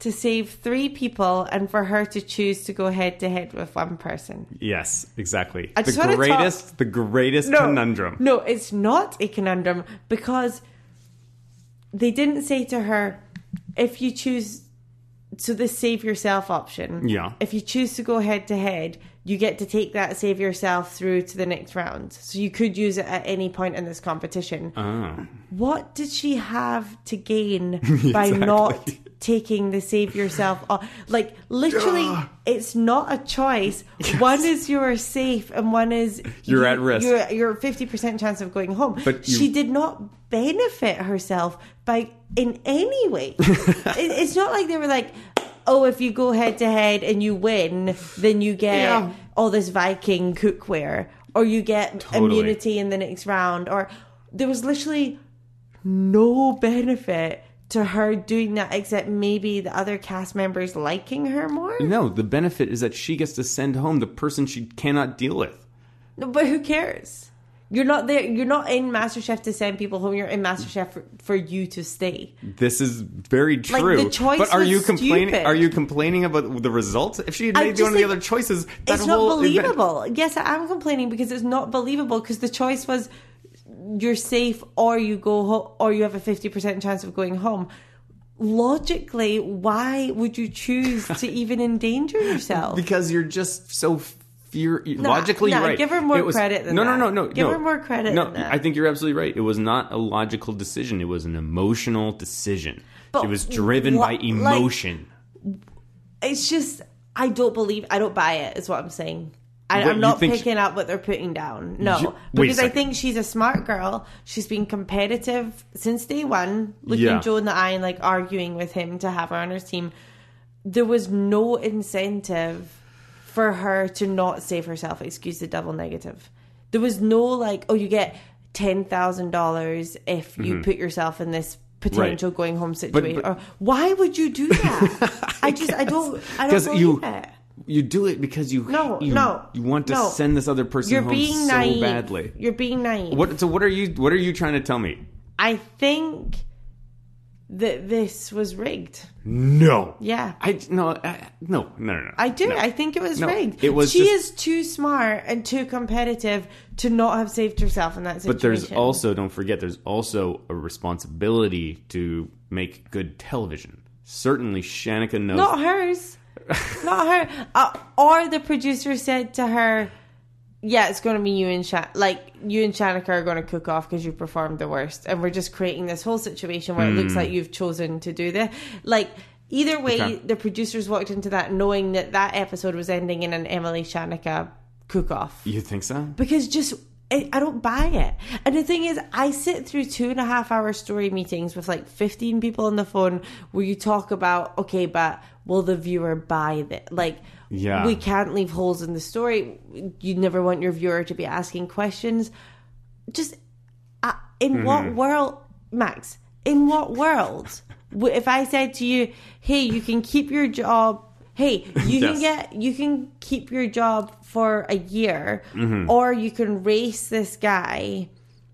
[SPEAKER 2] to save three people and for her to choose to go head to head with one person.
[SPEAKER 1] Yes, exactly.
[SPEAKER 2] I
[SPEAKER 1] the
[SPEAKER 2] just wanna talk-
[SPEAKER 1] greatest, the greatest conundrum.
[SPEAKER 2] No, it's not a conundrum because they didn't say to her, if you choose so the save yourself option.
[SPEAKER 1] Yeah.
[SPEAKER 2] If you choose to go head to head, you get to take that save yourself through to the next round. So you could use it at any point in this competition.
[SPEAKER 1] Oh.
[SPEAKER 2] What did she have to gain by
[SPEAKER 1] Exactly.
[SPEAKER 2] not taking the save yourself off? Like literally
[SPEAKER 1] Duh.
[SPEAKER 2] it's not a choice. One is you're safe and one is
[SPEAKER 1] You're at risk.
[SPEAKER 2] You're you're fifty percent chance of going home.
[SPEAKER 1] But you-
[SPEAKER 2] she did not benefit herself by in any way. it, it's not like they were like, oh, if you go head to head and you win, then you get
[SPEAKER 1] Yeah.
[SPEAKER 2] all this Viking cookware, or you get
[SPEAKER 1] Totally.
[SPEAKER 2] immunity in the next round, or there was literally no benefit to her doing that except maybe the other cast members liking her more.
[SPEAKER 1] No, the benefit is that she gets to send home the person she cannot deal with.
[SPEAKER 2] No, But who cares? You're not there. You're not in MasterChef to send people home. You're in MasterChef for, for you to stay.
[SPEAKER 1] This is very
[SPEAKER 2] the
[SPEAKER 1] true.
[SPEAKER 2] choice
[SPEAKER 1] but are
[SPEAKER 2] was
[SPEAKER 1] you complaining?
[SPEAKER 2] stupid.
[SPEAKER 1] Are you complaining about the results? If she had
[SPEAKER 2] I
[SPEAKER 1] made one
[SPEAKER 2] just
[SPEAKER 1] of the
[SPEAKER 2] think
[SPEAKER 1] other choices, that
[SPEAKER 2] it's
[SPEAKER 1] whole
[SPEAKER 2] not
[SPEAKER 1] event-
[SPEAKER 2] believable. Yes, I am complaining because it's not believable because the choice was you're safe or you go ho- or you have a 50% chance of going home. Logically, why would you choose to even endanger yourself?
[SPEAKER 1] because you're just so fear.
[SPEAKER 2] Nah,
[SPEAKER 1] logically,
[SPEAKER 2] nah,
[SPEAKER 1] you're right.
[SPEAKER 2] give her more
[SPEAKER 1] It was-
[SPEAKER 2] credit than
[SPEAKER 1] no, no,
[SPEAKER 2] that.
[SPEAKER 1] no, no.
[SPEAKER 2] Give
[SPEAKER 1] no.
[SPEAKER 2] her more credit
[SPEAKER 1] No,
[SPEAKER 2] than that.
[SPEAKER 1] I think you're absolutely right. It was not a logical decision. It was an emotional decision.
[SPEAKER 2] But
[SPEAKER 1] it was driven
[SPEAKER 2] what-
[SPEAKER 1] by
[SPEAKER 2] like-
[SPEAKER 1] emotion.
[SPEAKER 2] It's just I don't believe I don't buy it is what I'm saying. I,
[SPEAKER 1] What,
[SPEAKER 2] I'm
[SPEAKER 1] you
[SPEAKER 2] not
[SPEAKER 1] think she-
[SPEAKER 2] picking up what they're putting down. No,
[SPEAKER 1] You- wait a
[SPEAKER 2] because I
[SPEAKER 1] second.
[SPEAKER 2] think she's a smart girl. She's been competitive since day one, looking
[SPEAKER 1] Yeah.
[SPEAKER 2] Joe in the eye and like arguing with him to have her on her team. There was no incentive for her to not save herself. Excuse the double negative. There was no like, oh, you get ten thousand dollars if
[SPEAKER 1] Mm-hmm.
[SPEAKER 2] you put yourself in this potential going home situation.
[SPEAKER 1] but-
[SPEAKER 2] or why would you do that? I just I don't I don't
[SPEAKER 1] 'Cause
[SPEAKER 2] believe
[SPEAKER 1] you-
[SPEAKER 2] it.
[SPEAKER 1] You do it because you
[SPEAKER 2] No,
[SPEAKER 1] you,
[SPEAKER 2] no,
[SPEAKER 1] you want to
[SPEAKER 2] no.
[SPEAKER 1] send this other person
[SPEAKER 2] You're
[SPEAKER 1] home
[SPEAKER 2] being
[SPEAKER 1] so
[SPEAKER 2] naive.
[SPEAKER 1] badly.
[SPEAKER 2] You're being naive.
[SPEAKER 1] What? So what are you? What are you trying to tell me?
[SPEAKER 2] I think that this was rigged.
[SPEAKER 1] No.
[SPEAKER 2] Yeah.
[SPEAKER 1] I no I, no no no. no.
[SPEAKER 2] I do.
[SPEAKER 1] No.
[SPEAKER 2] I think it was
[SPEAKER 1] No,
[SPEAKER 2] rigged.
[SPEAKER 1] it was
[SPEAKER 2] she
[SPEAKER 1] just-
[SPEAKER 2] is too smart and too competitive to not have saved herself in that situation.
[SPEAKER 1] But there's also don't forget there's also a responsibility to make good television. Certainly, Shanika knows.
[SPEAKER 2] not hers, not her. Uh, or the producer said to her, "Yeah, it's going to be you and Shan- like you and Shanika are going to cook off because you performed the worst, and we're just creating this whole situation where it
[SPEAKER 1] Hmm.
[SPEAKER 2] looks like you've chosen to do this." Like either way,
[SPEAKER 1] Okay.
[SPEAKER 2] the producers walked into that knowing that that episode was ending in an Emily Shanika cook off
[SPEAKER 1] You think so?
[SPEAKER 2] because just I I don't buy it. And the thing is, I sit through two and a half hour story meetings with like 15 people on the phone where you talk about, okay, but will the viewer buy that? Like,
[SPEAKER 1] Yeah.
[SPEAKER 2] we can't leave holes in the story. You never want your viewer to be asking questions. Just uh, in
[SPEAKER 1] Mm-hmm.
[SPEAKER 2] what world, Max? In what world? w- if I said to you, "Hey, you can keep your job. Hey, you can
[SPEAKER 1] Yes.
[SPEAKER 2] get you can keep your job for a year,
[SPEAKER 1] Mm-hmm.
[SPEAKER 2] or you can race this guy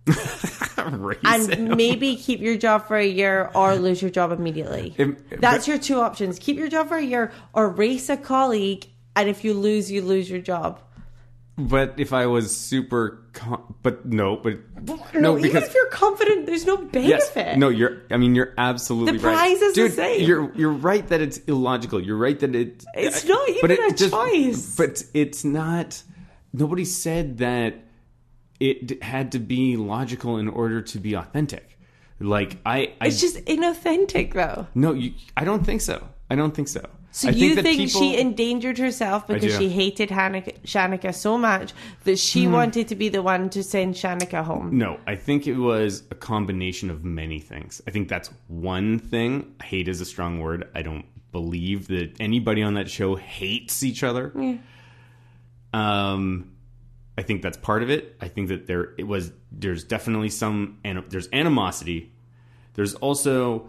[SPEAKER 2] and
[SPEAKER 1] Racist.
[SPEAKER 2] maybe keep your job for a year or lose your job immediately."
[SPEAKER 1] It-
[SPEAKER 2] That's your two options: keep your job for a year or race a colleague, and if you lose, you lose your job.
[SPEAKER 1] But if I was super, con- but no, but
[SPEAKER 2] No,
[SPEAKER 1] no,
[SPEAKER 2] even
[SPEAKER 1] because
[SPEAKER 2] if you're confident, there's no benefit.
[SPEAKER 1] yes, no, you're. I mean, you're absolutely
[SPEAKER 2] The
[SPEAKER 1] right.
[SPEAKER 2] prize is the
[SPEAKER 1] Dude,
[SPEAKER 2] same.
[SPEAKER 1] You're you're right that it's illogical. You're right that it.
[SPEAKER 2] It's not
[SPEAKER 1] but
[SPEAKER 2] even
[SPEAKER 1] it
[SPEAKER 2] a choice.
[SPEAKER 1] But it's not. Nobody said that it d- had to be logical in order to be authentic. Like I, I
[SPEAKER 2] It's just inauthentic, though.
[SPEAKER 1] no, you, I don't think so. I don't think so.
[SPEAKER 2] So
[SPEAKER 1] I
[SPEAKER 2] you
[SPEAKER 1] that
[SPEAKER 2] think,
[SPEAKER 1] people-
[SPEAKER 2] she endangered herself because
[SPEAKER 1] do. Hmm.
[SPEAKER 2] she hated Hanukkah, Shanika so much that she wanted to be the one to send Shanika home?
[SPEAKER 1] No, I think it was a combination of many things. I think that's one thing. Hate is a strong word. I don't believe that anybody on that show hates each other. Um, I think that's part of it. I think that there it was there's definitely some and there's animosity. There's also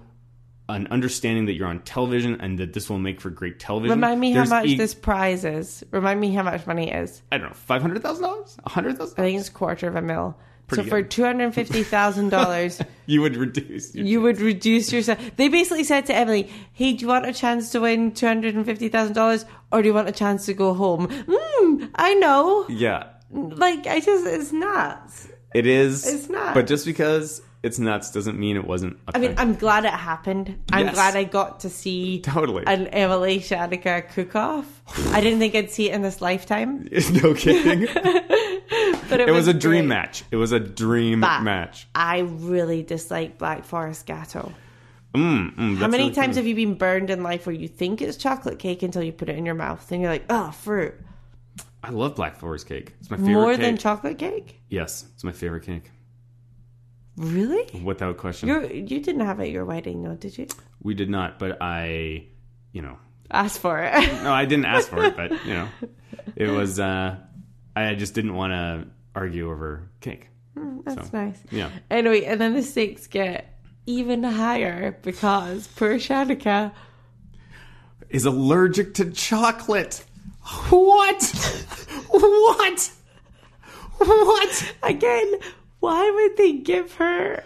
[SPEAKER 1] an understanding that you're on television and that this will make for great television.
[SPEAKER 2] Remind me
[SPEAKER 1] There's
[SPEAKER 2] how much
[SPEAKER 1] e-
[SPEAKER 2] this prize is. Remind me how much money it is.
[SPEAKER 1] I don't know five hundred thousand dollars, a hundred
[SPEAKER 2] I
[SPEAKER 1] thousand.
[SPEAKER 2] think it's a quarter of a mil. so
[SPEAKER 1] Pretty
[SPEAKER 2] for
[SPEAKER 1] good.
[SPEAKER 2] two hundred fifty thousand dollars,
[SPEAKER 1] You would reduce. Your,
[SPEAKER 2] you would reduce yourself. They basically said to Emily, "Hey, do you want a chance to win two hundred and fifty thousand dollars, or do you want a chance to go home?" Mm, I know.
[SPEAKER 1] yeah,
[SPEAKER 2] Like I just, it's nuts.
[SPEAKER 1] It is.
[SPEAKER 2] It's not.
[SPEAKER 1] But just because it's nuts doesn't mean it wasn't.
[SPEAKER 2] I mean, I'm glad it happened. I'm
[SPEAKER 1] Yes.
[SPEAKER 2] glad I got to see
[SPEAKER 1] Totally.
[SPEAKER 2] an Emily Shanika cook off. I didn't think I'd see it in this lifetime,
[SPEAKER 1] no kidding.
[SPEAKER 2] but it,
[SPEAKER 1] It was a dream
[SPEAKER 2] great.
[SPEAKER 1] match. It was a dream
[SPEAKER 2] But
[SPEAKER 1] match.
[SPEAKER 2] I really dislike Black Forest Gatto.
[SPEAKER 1] Mm, mm,
[SPEAKER 2] How
[SPEAKER 1] that's really
[SPEAKER 2] many times
[SPEAKER 1] funny.
[SPEAKER 2] have you been burned in life where you think it's chocolate cake until you put it in your mouth and you're like, oh, fruit.
[SPEAKER 1] I love Black Forest cake. It's my favorite
[SPEAKER 2] More
[SPEAKER 1] cake.
[SPEAKER 2] than chocolate cake?
[SPEAKER 1] yes, it's my favorite cake.
[SPEAKER 2] Really?
[SPEAKER 1] Without question.
[SPEAKER 2] You're, you didn't have it at your wedding, though, did you?
[SPEAKER 1] we did not, but I, you know,
[SPEAKER 2] Ask for it.
[SPEAKER 1] no, I didn't ask for it, but, you know, it was, uh, I just didn't want to argue over cake.
[SPEAKER 2] That's nice.
[SPEAKER 1] Yeah.
[SPEAKER 2] Anyway, and then the stakes get even higher because poor Shanika
[SPEAKER 1] Is allergic to chocolate. What? what? What?
[SPEAKER 2] again, why would they give her?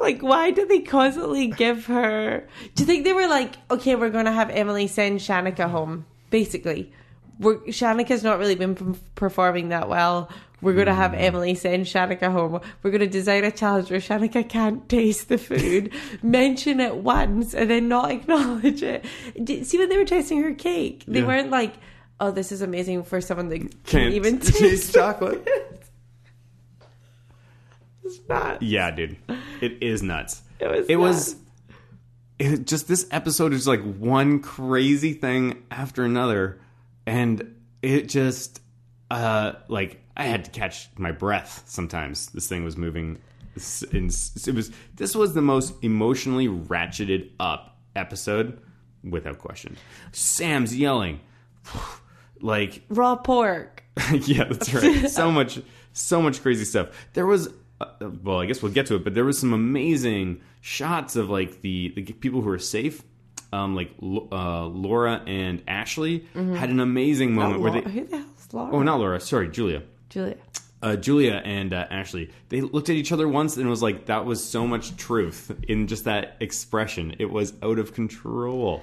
[SPEAKER 2] Like, why do they constantly give her? Do you think they were like, okay, we're going to have Emily send Shanika home? Basically, we're, Shanika's not really been p- performing that well. We're going to have
[SPEAKER 1] Hmm.
[SPEAKER 2] Emily send Shanika home. We're going to design a challenge where Shanika can't taste the food, mention it once, and then not acknowledge it. Did, see, when they were tasting her cake, they
[SPEAKER 1] Yeah.
[SPEAKER 2] weren't like, oh, this is amazing for someone that can't,
[SPEAKER 1] Can't
[SPEAKER 2] even
[SPEAKER 1] taste
[SPEAKER 2] taste
[SPEAKER 1] chocolate.
[SPEAKER 2] It's not.
[SPEAKER 1] Yeah, dude. It is nuts.
[SPEAKER 2] It was.
[SPEAKER 1] It
[SPEAKER 2] nuts.
[SPEAKER 1] was it just this episode is like one crazy thing after another and it just uh like I had to catch my breath sometimes. This thing was moving s- in s- it was this was the most emotionally ratcheted up episode without question. Sam's yelling like
[SPEAKER 2] raw pork.
[SPEAKER 1] yeah, that's right. So much, so much crazy stuff. There was, uh, well, I guess we'll get to it, but there was some amazing shots of like the the people who are safe. Um, like Lo- uh, Laura and Ashley had an amazing moment where
[SPEAKER 2] Laura-
[SPEAKER 1] they.
[SPEAKER 2] Who the hell's Laura?
[SPEAKER 1] Oh, not Laura. Sorry, Julia.
[SPEAKER 2] Julia.
[SPEAKER 1] Uh, Julia and uh, Ashley. They looked at each other once and was like, "That was so much truth in just that expression. It was out of control."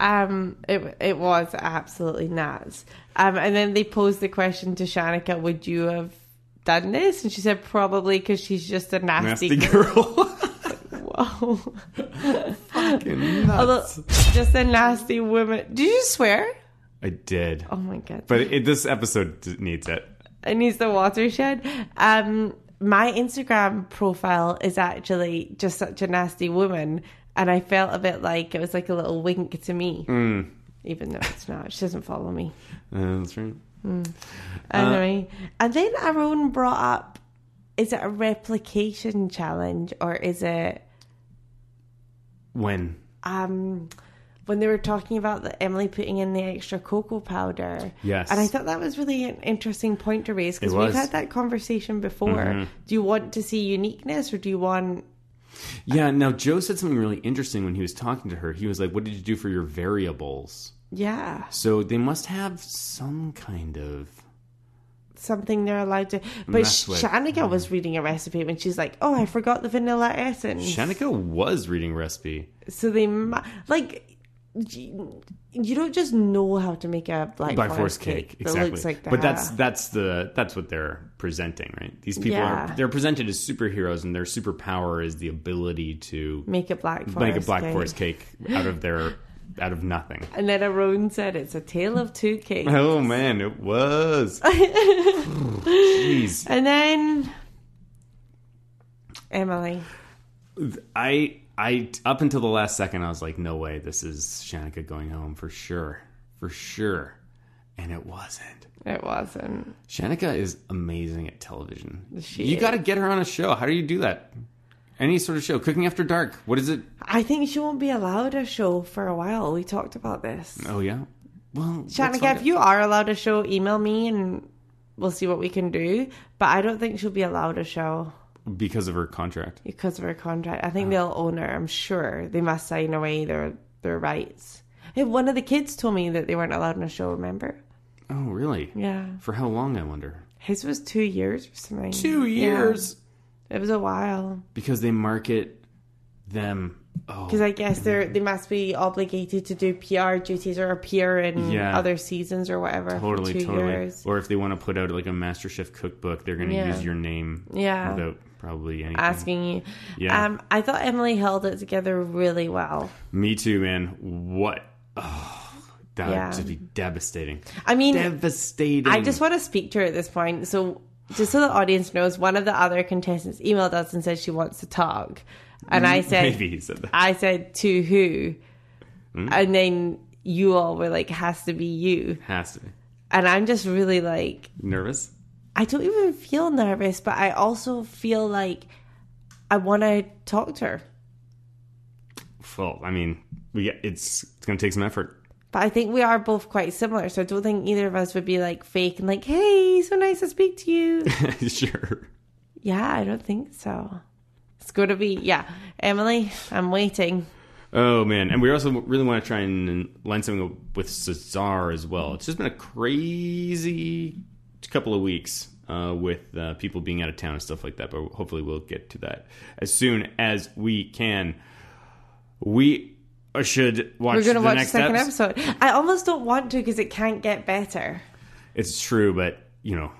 [SPEAKER 2] Um, it it was absolutely nuts. Um, and then they posed the question to Shanika, "Would you have done this?" And she said, "Probably," because she's just a nasty.
[SPEAKER 1] Nasty girl.
[SPEAKER 2] Whoa.
[SPEAKER 1] Fucking nuts.
[SPEAKER 2] Although, just a nasty woman. Did you swear?
[SPEAKER 1] I did,
[SPEAKER 2] Oh my god!
[SPEAKER 1] but it, this episode d- needs it.
[SPEAKER 2] it needs the watershed. Um, my Instagram profile is actually just such a nasty woman, and I felt a bit like it was like a little wink to me, even though it's not. She doesn't follow me
[SPEAKER 1] Uh, that's right.
[SPEAKER 2] anyway. and then Aaron brought up is it a replication challenge or is it
[SPEAKER 1] When?
[SPEAKER 2] um when they were talking about the Emily putting in the extra cocoa powder?
[SPEAKER 1] Yes.
[SPEAKER 2] And I thought that was really an interesting point to raise because
[SPEAKER 1] It
[SPEAKER 2] we've
[SPEAKER 1] was. Mm-hmm.
[SPEAKER 2] had that conversation before. Do you want to see uniqueness or do you want
[SPEAKER 1] Yeah, now Joe said something really interesting when he was talking to her. He was like, What did you do for your variables?
[SPEAKER 2] yeah,
[SPEAKER 1] So they must have some kind of.
[SPEAKER 2] something they're allowed to. But
[SPEAKER 1] Mess with. Mm-hmm.
[SPEAKER 2] Shanika was reading a recipe when she's like, "Oh, I forgot the vanilla essence."
[SPEAKER 1] Shanika was reading recipe.
[SPEAKER 2] So they mu- like you you don't just know how to make a black,
[SPEAKER 1] Black
[SPEAKER 2] forest
[SPEAKER 1] forest cake,
[SPEAKER 2] that
[SPEAKER 1] exactly.
[SPEAKER 2] looks like that.
[SPEAKER 1] But that's that's the that's what they're presenting, right? These people
[SPEAKER 2] Yeah.
[SPEAKER 1] are they're presented as superheroes, and their superpower is the ability to
[SPEAKER 2] make a black forest.
[SPEAKER 1] make a black
[SPEAKER 2] cake.
[SPEAKER 1] forest cake out of their out of nothing.
[SPEAKER 2] And then Aron said, "It's a tale of two cakes."
[SPEAKER 1] Oh man, it was. Jeez,
[SPEAKER 2] and then Emily,
[SPEAKER 1] I I up until the last second, I was like, no way, this is Shanika going home for sure, for sure, and it wasn't.
[SPEAKER 2] it wasn't.
[SPEAKER 1] Shanika is amazing at television.
[SPEAKER 2] She
[SPEAKER 1] you
[SPEAKER 2] is.
[SPEAKER 1] got to get her on a show. How do you do that? Any sort of show, Cooking After Dark. What is it?
[SPEAKER 2] I think she won't be allowed a show for a while. We talked about this.
[SPEAKER 1] Oh yeah. Well, let's
[SPEAKER 2] Shanika,
[SPEAKER 1] find
[SPEAKER 2] if you are allowed a show, email me and we'll see what we can do. But I don't think she'll be allowed a show
[SPEAKER 1] out. because of her contract.
[SPEAKER 2] because of her contract. I think they'll own her. I'm sure they must sign away their their rights. Hey, one of the kids told me that they weren't allowed on a show. Remember?
[SPEAKER 1] Oh really?
[SPEAKER 2] Yeah,
[SPEAKER 1] For how long? I wonder.
[SPEAKER 2] his was two years or something.
[SPEAKER 1] Two
[SPEAKER 2] Yeah.
[SPEAKER 1] years
[SPEAKER 2] It was a while
[SPEAKER 1] because they market them. Oh
[SPEAKER 2] because I guess they are they must be obligated to do PR duties or appear in
[SPEAKER 1] Yeah.
[SPEAKER 2] other seasons or whatever. for
[SPEAKER 1] totally
[SPEAKER 2] two
[SPEAKER 1] totally
[SPEAKER 2] Years.
[SPEAKER 1] or if they want to put out like a master chef cookbook they're going to
[SPEAKER 2] Yeah.
[SPEAKER 1] use your name
[SPEAKER 2] Yeah.
[SPEAKER 1] without probably anything
[SPEAKER 2] Asking you,
[SPEAKER 1] Yeah.
[SPEAKER 2] um, I thought Emily held it together really well.
[SPEAKER 1] me too man what oh, that
[SPEAKER 2] Yeah.
[SPEAKER 1] would just be devastating
[SPEAKER 2] I mean,
[SPEAKER 1] devastating
[SPEAKER 2] I just want to speak to her at this point. So, just so the audience knows, one of the other contestants emailed us and said she wants to talk, and I said,
[SPEAKER 1] Mm, maybe Mm. he said that
[SPEAKER 2] I said to who, and then you all were like, has to be you,
[SPEAKER 1] has to be
[SPEAKER 2] and I'm just really like,
[SPEAKER 1] nervous
[SPEAKER 2] I don't even feel nervous, but I also feel like I want to talk to her,
[SPEAKER 1] well i mean we get, it's it's going to take some effort
[SPEAKER 2] but I think we are both quite similar, so I don't think either of us would be like fake and like, hey, so nice to speak to you.
[SPEAKER 1] sure
[SPEAKER 2] Yeah, I don't think so. It's going to be, yeah. Emily, I'm waiting.
[SPEAKER 1] oh man and we also really want to try and line something up with cesar as well it's just been a crazy couple of weeks uh, with uh, people being out of town and stuff like that but hopefully we'll get to that as soon as we can we uh, should watch
[SPEAKER 2] We're going
[SPEAKER 1] the
[SPEAKER 2] to watch the
[SPEAKER 1] next
[SPEAKER 2] second
[SPEAKER 1] episode.
[SPEAKER 2] episode. I almost don't want to because it can't get better.
[SPEAKER 1] it's true but you know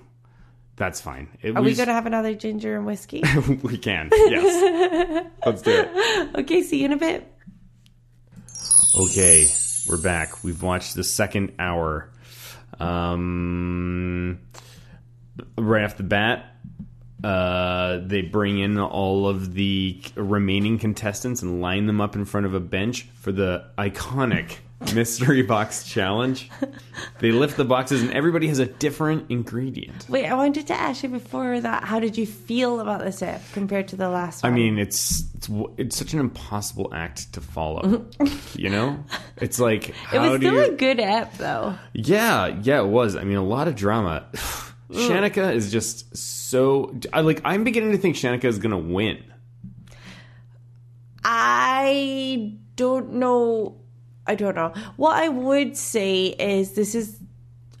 [SPEAKER 1] that's fine It-
[SPEAKER 2] Are we
[SPEAKER 1] just-
[SPEAKER 2] going to have another ginger and whiskey?
[SPEAKER 1] we can yes let's do it
[SPEAKER 2] okay, see you in a bit.
[SPEAKER 1] Okay, we're back. We've watched the second hour. Um, right off the bat, uh, they bring in all of the remaining contestants and line them up in front of a bench for the iconic mystery box challenge. They lift the boxes, and everybody has a different ingredient.
[SPEAKER 2] Wait, I wanted to ask you before that how did you feel about this app compared to the last
[SPEAKER 1] I
[SPEAKER 2] one?
[SPEAKER 1] mean, it's it's, it's such an impossible act to follow. you know, it's like
[SPEAKER 2] it
[SPEAKER 1] how
[SPEAKER 2] was
[SPEAKER 1] do
[SPEAKER 2] still
[SPEAKER 1] you?
[SPEAKER 2] a good app, though.
[SPEAKER 1] Yeah, yeah, it was. I mean, a lot of drama. Shanika is just so. I like. I'm beginning to think Shanika is gonna win.
[SPEAKER 2] I don't know. I don't know. What I would say is this is,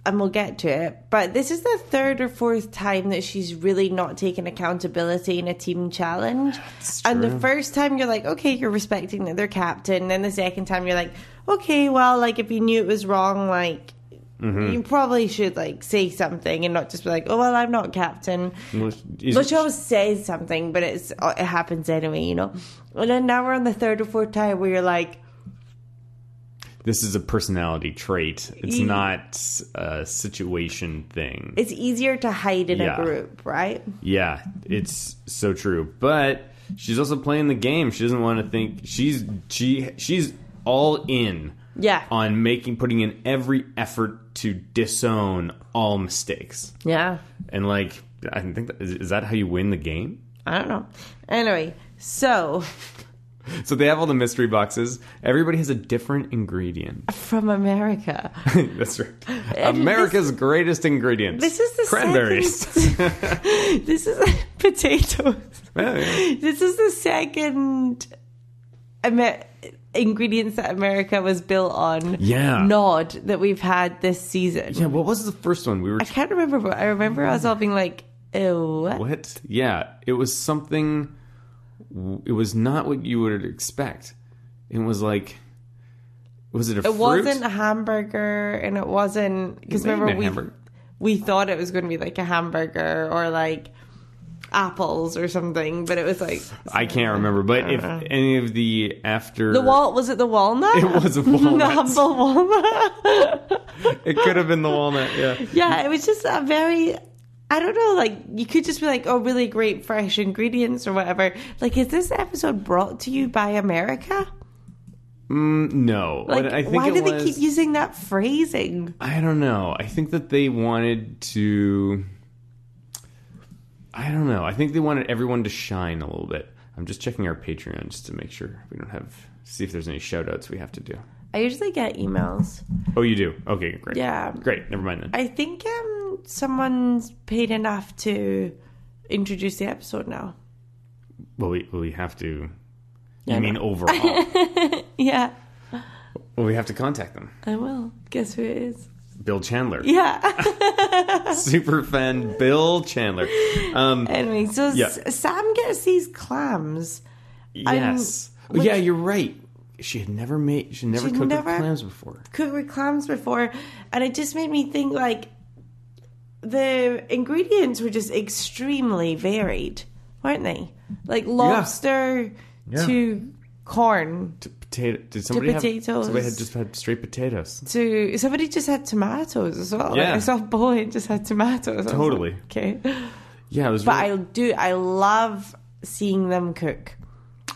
[SPEAKER 2] and we'll get to it, but this is the third or fourth time that she's really not taken accountability in a team challenge. And the
[SPEAKER 1] true.
[SPEAKER 2] first time you're like, okay, you're respecting that they're captain. Then the second time you're like, okay, well, like if you knew it was wrong, like. You probably should like say something and not just be like, "Oh well, I'm not captain."
[SPEAKER 1] Well, is-
[SPEAKER 2] But she always says something, but it's uh, it happens anyway, you know. And then now we're on the third or fourth time where you're like,
[SPEAKER 1] this is a personality trait. It's
[SPEAKER 2] Ye-
[SPEAKER 1] not a situation thing.
[SPEAKER 2] it's easier to hide in
[SPEAKER 1] Yeah.
[SPEAKER 2] a group, right?
[SPEAKER 1] yeah, it's so true. But she's also playing the game. She doesn't want to think. She's she she's all in
[SPEAKER 2] Yeah,
[SPEAKER 1] Uh, on making putting in every effort to disown all mistakes.
[SPEAKER 2] Yeah.
[SPEAKER 1] And like, I think that, is, is that how you win the game?
[SPEAKER 2] I don't know. Anyway, so
[SPEAKER 1] So they have all the mystery boxes. Everybody has a different ingredient.
[SPEAKER 2] from America.
[SPEAKER 1] That's right. America's greatest ingredients.
[SPEAKER 2] This is the
[SPEAKER 1] cranberries.
[SPEAKER 2] second- this is potatoes.
[SPEAKER 1] Yeah, yeah.
[SPEAKER 2] This is the second Amer- ingredients that America was built on.
[SPEAKER 1] Yeah.
[SPEAKER 2] Nod that we've had this season.
[SPEAKER 1] Yeah, what was the first one? We were
[SPEAKER 2] I can't remember, but I remember us all being like, "Ew, what?"
[SPEAKER 1] what? Yeah, it was something. It was not what you would expect. It was like, was it a
[SPEAKER 2] It
[SPEAKER 1] fruit?
[SPEAKER 2] wasn't a hamburger, and it wasn't because
[SPEAKER 1] Maybe
[SPEAKER 2] remember
[SPEAKER 1] a
[SPEAKER 2] we
[SPEAKER 1] hamburger.
[SPEAKER 2] we thought it was going to be like a hamburger or like apples or something, but it was like
[SPEAKER 1] I can't remember, but if any of the after
[SPEAKER 2] Uh-huh. the wall. Was it the walnut?
[SPEAKER 1] it was a
[SPEAKER 2] the
[SPEAKER 1] walnut.
[SPEAKER 2] humble walnut.
[SPEAKER 1] it could have been the walnut. Yeah,
[SPEAKER 2] yeah, it was just a very. I don't know, like you could just be like, "Oh, really great fresh ingredients" or whatever. Like, is this episode brought to you by America?
[SPEAKER 1] Mm, no.
[SPEAKER 2] Like,
[SPEAKER 1] But I think
[SPEAKER 2] why
[SPEAKER 1] it
[SPEAKER 2] do
[SPEAKER 1] was-
[SPEAKER 2] they keep using that phrasing?
[SPEAKER 1] I don't know. I think that they wanted to. I don't know. I think they wanted everyone to shine a little bit. I'm just checking our Patreon just to make sure we don't have. See if there's any shout outs we have to do.
[SPEAKER 2] I usually get emails.
[SPEAKER 1] Oh, you do? Okay, great.
[SPEAKER 2] Yeah,
[SPEAKER 1] Great. Never mind then.
[SPEAKER 2] I think um, someone's paid enough to introduce the episode now.
[SPEAKER 1] Well, we, well, we have to.
[SPEAKER 2] Yeah,
[SPEAKER 1] you mean overall?
[SPEAKER 2] Yeah,
[SPEAKER 1] well, we have to contact them.
[SPEAKER 2] I will. Guess who it is?
[SPEAKER 1] Bill Chandler.
[SPEAKER 2] Yeah.
[SPEAKER 1] Super fan Bill Chandler. Um,
[SPEAKER 2] anyway, so
[SPEAKER 1] Yeah.
[SPEAKER 2] S- Sam gets these clams.
[SPEAKER 1] yes. Oh,
[SPEAKER 2] which-
[SPEAKER 1] yeah, you're right. She had never made, she never
[SPEAKER 2] She'd
[SPEAKER 1] cooked with
[SPEAKER 2] never-
[SPEAKER 1] clams before.
[SPEAKER 2] cooked with clams before, and it just made me think like the ingredients were just extremely varied, weren't they? Like lobster
[SPEAKER 1] Yeah.
[SPEAKER 2] to corn
[SPEAKER 1] To potato, did somebody have
[SPEAKER 2] potatoes.
[SPEAKER 1] somebody had just had straight potatoes?
[SPEAKER 2] to somebody just had tomatoes as well. Like
[SPEAKER 1] Yeah.
[SPEAKER 2] I saw boy just had tomatoes. I was like,
[SPEAKER 1] Totally.
[SPEAKER 2] okay,
[SPEAKER 1] Yeah, it was.
[SPEAKER 2] but
[SPEAKER 1] really-
[SPEAKER 2] I do I love seeing them cook.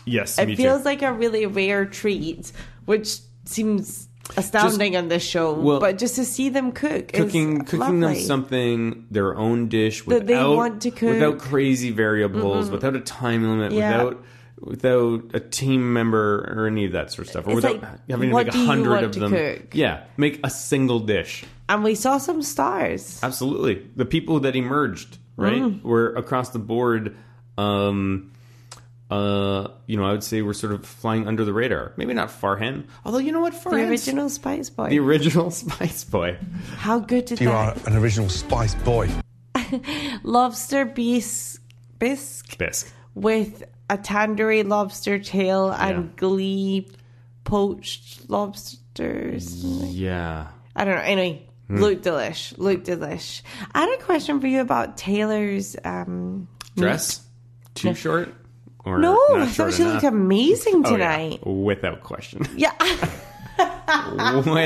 [SPEAKER 1] yes, me
[SPEAKER 2] It feels
[SPEAKER 1] too.
[SPEAKER 2] like a really rare treat, which seems astounding on this show.
[SPEAKER 1] Well,
[SPEAKER 2] but just to see them cook,
[SPEAKER 1] Cooking,
[SPEAKER 2] is
[SPEAKER 1] cooking them
[SPEAKER 2] lovely.
[SPEAKER 1] something their own dish without
[SPEAKER 2] That they want to cook. Mm-hmm.
[SPEAKER 1] without crazy variables, without a time limit,
[SPEAKER 2] Yeah.
[SPEAKER 1] without without a team member or any of that sort of stuff, or
[SPEAKER 2] It's
[SPEAKER 1] without
[SPEAKER 2] like,
[SPEAKER 1] having to
[SPEAKER 2] what
[SPEAKER 1] make a
[SPEAKER 2] do you
[SPEAKER 1] hundred
[SPEAKER 2] want
[SPEAKER 1] of
[SPEAKER 2] to
[SPEAKER 1] them.
[SPEAKER 2] cook?
[SPEAKER 1] Yeah, make a single dish.
[SPEAKER 2] And we saw some stars.
[SPEAKER 1] Absolutely, the people that emerged right
[SPEAKER 2] Mm.
[SPEAKER 1] were across the board. Um, uh, you know, I would say we're sort of flying under the radar. Maybe not Farhan, although you know what,
[SPEAKER 2] The
[SPEAKER 1] Farhan's
[SPEAKER 2] original Spice Boy.
[SPEAKER 1] the original Spice Boy.
[SPEAKER 2] How good did
[SPEAKER 3] You
[SPEAKER 2] that?
[SPEAKER 3] are an original Spice Boy.
[SPEAKER 2] Lobster bis- bisque
[SPEAKER 1] Bisque.
[SPEAKER 2] with a tandoori lobster tail and
[SPEAKER 1] Yeah.
[SPEAKER 2] glee poached lobsters.
[SPEAKER 1] Yeah.
[SPEAKER 2] I don't know. Anyway,
[SPEAKER 1] Hmm.
[SPEAKER 2] look delish. Look delish. I had a question for you about Taylor's. Um,
[SPEAKER 1] Dress? Too short? Or
[SPEAKER 2] no, I
[SPEAKER 1] Uh, not
[SPEAKER 2] thought
[SPEAKER 1] short
[SPEAKER 2] she
[SPEAKER 1] enough?
[SPEAKER 2] looked amazing
[SPEAKER 1] Oh, yeah.
[SPEAKER 2] tonight.
[SPEAKER 1] Without question.
[SPEAKER 2] yeah.
[SPEAKER 1] Without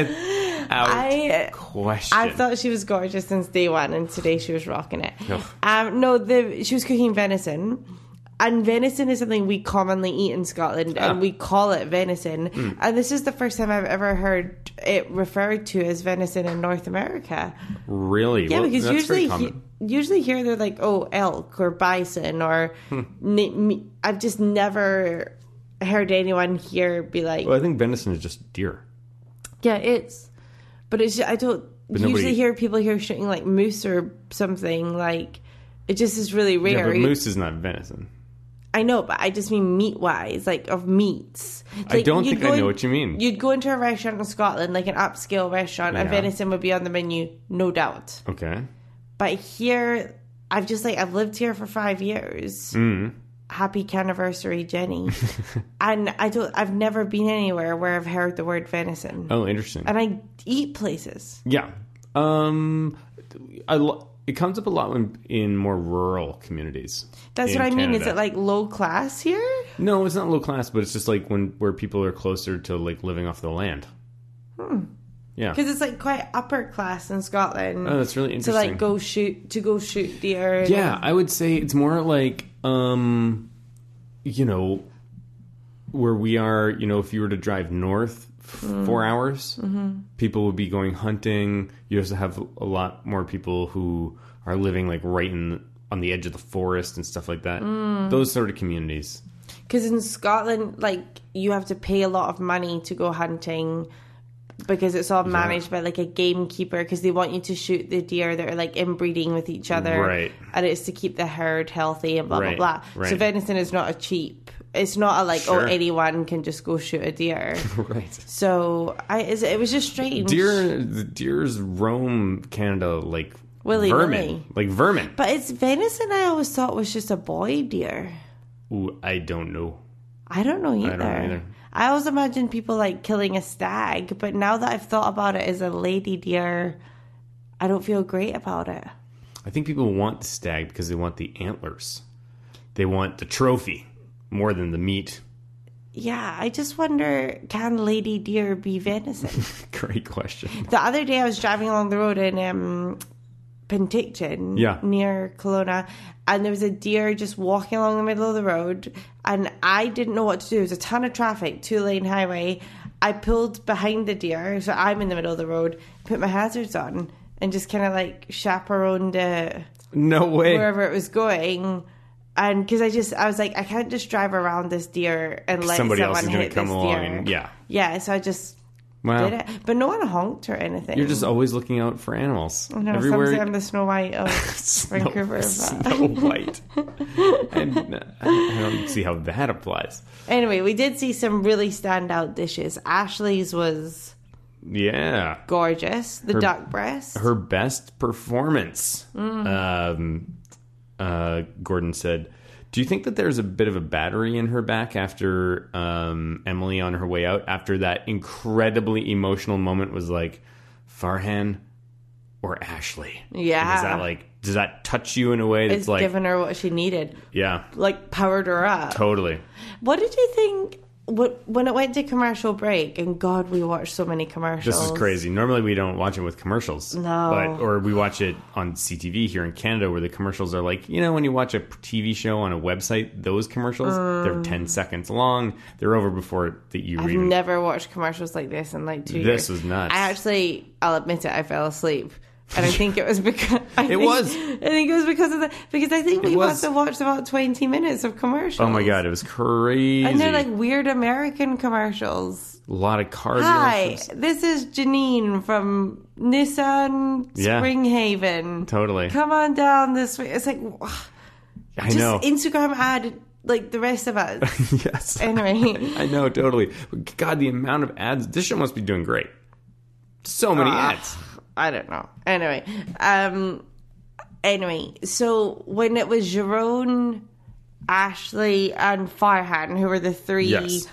[SPEAKER 2] I
[SPEAKER 1] question.
[SPEAKER 2] I thought she was gorgeous since day one, and today she was rocking it.
[SPEAKER 1] Ugh.
[SPEAKER 2] Um, no, the she was cooking venison, and venison is something we commonly eat in Scotland,
[SPEAKER 1] Ah. Hmm.
[SPEAKER 2] and we call it venison. And this is the first time I've ever heard it referred to as venison in North America.
[SPEAKER 1] really?
[SPEAKER 2] Yeah,
[SPEAKER 1] Well,
[SPEAKER 2] because
[SPEAKER 1] that's very
[SPEAKER 2] usually he-
[SPEAKER 1] common.
[SPEAKER 2] usually here they're like oh elk or bison or
[SPEAKER 1] Hmm.
[SPEAKER 2] ni- me- I've just never heard anyone here be like
[SPEAKER 1] Well, I think venison is just deer.
[SPEAKER 2] yeah, it's. But it's. I don't usually
[SPEAKER 1] nobody-
[SPEAKER 2] hear people here shooting like moose or something. Like it just is really
[SPEAKER 1] Yeah,
[SPEAKER 2] rare.
[SPEAKER 1] but moose is not venison.
[SPEAKER 2] I know, but I just mean meat wise, like of meats.
[SPEAKER 1] I
[SPEAKER 2] Like,
[SPEAKER 1] don't
[SPEAKER 2] you'd
[SPEAKER 1] think
[SPEAKER 2] go
[SPEAKER 1] I know
[SPEAKER 2] in-
[SPEAKER 1] what you mean.
[SPEAKER 2] You'd go into a restaurant in Scotland, like an upscale restaurant, and
[SPEAKER 1] Yeah.
[SPEAKER 2] venison would be on the menu, no doubt.
[SPEAKER 1] okay.
[SPEAKER 2] But here, I've just like I've lived here for five years.
[SPEAKER 1] Mm-hmm.
[SPEAKER 2] Happy canniversary, Jenny. and I don't. I've never been anywhere where I've heard the word venison,
[SPEAKER 1] Oh, interesting.
[SPEAKER 2] and I eat places.
[SPEAKER 1] Yeah. Um, I lo- it comes up a lot when, in more rural communities.
[SPEAKER 2] That's
[SPEAKER 1] in
[SPEAKER 2] what I mean. Is
[SPEAKER 1] Canada.
[SPEAKER 2] it like low class here?
[SPEAKER 1] No, it's not low class, but it's just like when where people are closer to like living off the land. Yeah.
[SPEAKER 2] Because it's like quite upper class in Scotland.
[SPEAKER 1] Oh, that's really
[SPEAKER 2] to
[SPEAKER 1] interesting.
[SPEAKER 2] like go shoot to go shoot deer. and-
[SPEAKER 1] yeah, I would say it's more like um you know where we are, you know, if you were to drive north four hours, people would be going hunting. You also have a lot more people who are living like right in on the edge of the forest and stuff like that. Those sort of communities.
[SPEAKER 2] Because in Scotland, like you have to pay a lot of money to go hunting because it's all managed by like a gamekeeper because they want you to shoot the deer that are like inbreeding with each other,
[SPEAKER 1] Right.
[SPEAKER 2] And it's to keep the herd healthy and blah
[SPEAKER 1] Right,
[SPEAKER 2] blah blah. So
[SPEAKER 1] right.
[SPEAKER 2] venison is not a cheap. It's not a like
[SPEAKER 1] Sure.
[SPEAKER 2] oh anyone can just go shoot a deer.
[SPEAKER 1] Right.
[SPEAKER 2] so I is it was just strange.
[SPEAKER 1] Deer, the deers roam Canada like
[SPEAKER 2] Willy
[SPEAKER 1] vermin,
[SPEAKER 2] nilly.
[SPEAKER 1] like vermin.
[SPEAKER 2] but it's venison. I always thought was just a boy deer.
[SPEAKER 1] Ooh, I don't know.
[SPEAKER 2] I don't know either. I
[SPEAKER 1] don't know either.
[SPEAKER 2] always imagine people like killing a stag, but now that I've thought about it as a lady deer, I don't feel great about it.
[SPEAKER 1] I think people want the stag because they want the antlers. They want the trophy more than the meat.
[SPEAKER 2] Yeah, I just wonder can lady deer be venison?
[SPEAKER 1] Great question.
[SPEAKER 2] the other day I was driving along the road in um, Penticton,
[SPEAKER 1] Yeah.
[SPEAKER 2] near Kelowna, and there was a deer just walking along the middle of the road, and I didn't know what to do. There was a ton of traffic, two lane highway. I pulled behind the deer, so I'm in the middle of the road, put my hazards on, and just kind of like chaperoned it
[SPEAKER 1] No way.
[SPEAKER 2] wherever it was going. And because I just, I was like, I can't just drive around this deer and let
[SPEAKER 1] Somebody else
[SPEAKER 2] someone
[SPEAKER 1] is going
[SPEAKER 2] hit
[SPEAKER 1] to come
[SPEAKER 2] this
[SPEAKER 1] along
[SPEAKER 2] deer.
[SPEAKER 1] and yeah.
[SPEAKER 2] Yeah, so I just
[SPEAKER 1] Wow.
[SPEAKER 2] did it. But no one honked or anything.
[SPEAKER 1] You're just always looking out for animals
[SPEAKER 2] you know,
[SPEAKER 1] everywhere.
[SPEAKER 2] Sometimes I'm the Snow White of
[SPEAKER 1] Snow-
[SPEAKER 2] Vancouver. but-
[SPEAKER 1] Snow White. and uh, I don't see how that applies.
[SPEAKER 2] Anyway, we did see some really standout dishes. Ashley's was
[SPEAKER 1] Yeah.
[SPEAKER 2] gorgeous. The duck breast.
[SPEAKER 1] her best performance. Um, uh, Gordon said, "Do you think that there's a bit of a battery in her back after um, Emily on her way out after that incredibly emotional moment was like Farhan or Ashley?
[SPEAKER 2] Yeah.
[SPEAKER 1] does that like does that touch you in a way that's
[SPEAKER 2] it's
[SPEAKER 1] like
[SPEAKER 2] given her what she needed.
[SPEAKER 1] yeah,
[SPEAKER 2] Like powered her up.
[SPEAKER 1] totally."
[SPEAKER 2] What did you think? What when it went to commercial break? And God, we watched so many commercials.
[SPEAKER 1] This is crazy. Normally we don't watch it with commercials.
[SPEAKER 2] No.
[SPEAKER 1] But or we watch it on CTV here in Canada where the commercials are like, you know, when you watch a TV show on a website, those commercials, they're 10 seconds long. They're over before that you
[SPEAKER 2] Mm. I've
[SPEAKER 1] read them.
[SPEAKER 2] never watched commercials like this in like two years.
[SPEAKER 1] This was nuts.
[SPEAKER 2] I actually, I'll admit it, I fell asleep. And I think it was because I it think,
[SPEAKER 1] was.
[SPEAKER 2] I think it was because of the because I think we
[SPEAKER 1] was.
[SPEAKER 2] must have watched about twenty minutes of commercials.
[SPEAKER 1] Oh my god, it was crazy.
[SPEAKER 2] And they're like weird American commercials.
[SPEAKER 1] a lot of car
[SPEAKER 2] Hi,
[SPEAKER 1] dealerships.
[SPEAKER 2] this is Janine from Nissan
[SPEAKER 1] Yeah.
[SPEAKER 2] Springhaven.
[SPEAKER 1] Totally.
[SPEAKER 2] Come on down this way. It's like wha-
[SPEAKER 1] I
[SPEAKER 2] just
[SPEAKER 1] know.
[SPEAKER 2] Instagram ad like the rest of us.
[SPEAKER 1] yes.
[SPEAKER 2] Anyway.
[SPEAKER 1] I know totally. But god, the amount of ads. This show must be doing great. So many
[SPEAKER 2] Ah.
[SPEAKER 1] ads.
[SPEAKER 2] I don't know. Anyway, um, anyway, so when it was Jerome, Ashley, and Farhan, who were the three
[SPEAKER 1] Yes.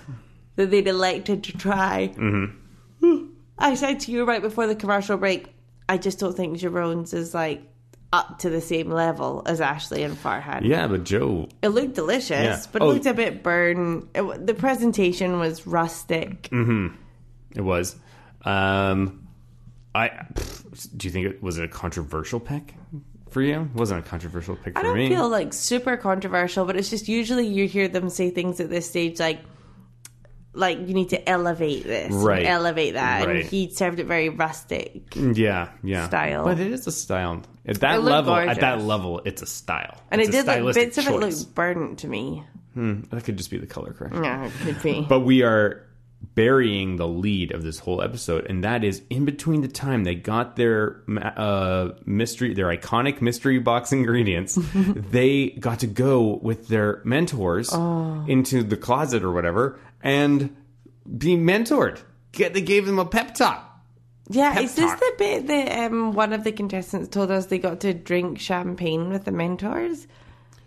[SPEAKER 2] that they'd elected to try,
[SPEAKER 1] Mm-hmm.
[SPEAKER 2] I said to you right before the commercial break, I just don't think Jerome's is like up to the same level as Ashley and Farhan.
[SPEAKER 1] Yeah, but Joe
[SPEAKER 2] It looked delicious,
[SPEAKER 1] Yeah.
[SPEAKER 2] but it
[SPEAKER 1] Oh.
[SPEAKER 2] looked a bit burned. It, w- the presentation was rustic.
[SPEAKER 1] It was. Um, I pff, do you think it was it a controversial pick for you? It wasn't a controversial pick for
[SPEAKER 2] I don't
[SPEAKER 1] me.
[SPEAKER 2] feel like super controversial, but it's just usually you hear them say things at this stage like, like you need to elevate this, and
[SPEAKER 1] Right.
[SPEAKER 2] elevate that,
[SPEAKER 1] Right.
[SPEAKER 2] and he served it very rustic,
[SPEAKER 1] yeah, yeah.
[SPEAKER 2] Style.
[SPEAKER 1] but it is a style at that
[SPEAKER 2] looked
[SPEAKER 1] level.
[SPEAKER 2] gorgeous.
[SPEAKER 1] At that level, it's a style,
[SPEAKER 2] and
[SPEAKER 1] It's
[SPEAKER 2] it
[SPEAKER 1] a
[SPEAKER 2] did like
[SPEAKER 1] stylistic
[SPEAKER 2] bits of it
[SPEAKER 1] choice.
[SPEAKER 2] looked burnt to me.
[SPEAKER 1] That could just be the color correction.
[SPEAKER 2] Yeah, it could be.
[SPEAKER 1] But we are burying the lead of this whole episode, and that is in between the time they got their ma- uh, mystery, their iconic mystery box ingredients, they got to go with their mentors
[SPEAKER 2] Oh.
[SPEAKER 1] into the closet or whatever and be mentored. Get, they gave them a pep talk.
[SPEAKER 2] yeah,
[SPEAKER 1] pep
[SPEAKER 2] is this
[SPEAKER 1] talk.
[SPEAKER 2] the bit that um, one of the contestants told us they got to drink champagne with the mentors?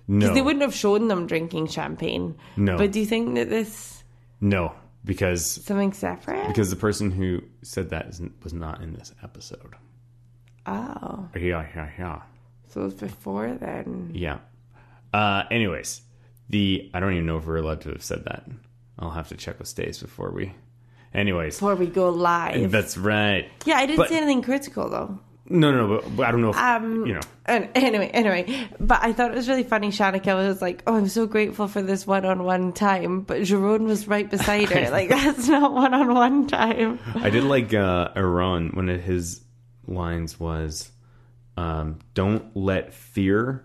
[SPEAKER 1] No,
[SPEAKER 2] They wouldn't have shown them drinking champagne.
[SPEAKER 1] No.
[SPEAKER 2] but do you think that this
[SPEAKER 1] no, because
[SPEAKER 2] something separate?
[SPEAKER 1] because the person who said that is, was not in this episode.
[SPEAKER 2] oh,
[SPEAKER 1] Yeah, yeah, yeah.
[SPEAKER 2] so it was before then.
[SPEAKER 1] Yeah. Uh, anyways, the I don't even know if we're allowed to have said that. I'll have to check with Stays before we. Anyways,
[SPEAKER 2] Before we go live.
[SPEAKER 1] that's right.
[SPEAKER 2] Yeah, I didn't
[SPEAKER 1] But-
[SPEAKER 2] say anything critical though.
[SPEAKER 1] No, no, no. But, but I don't know if
[SPEAKER 2] Um,
[SPEAKER 1] you know.
[SPEAKER 2] And anyway, anyway, but I thought it was really funny. Shanika was like, "Oh, I'm so grateful for this one-on-one time," but Jerome was right beside her. like that's not one-on-one time.
[SPEAKER 1] I did like uh, Iran. One of his lines was, um, "Don't let fear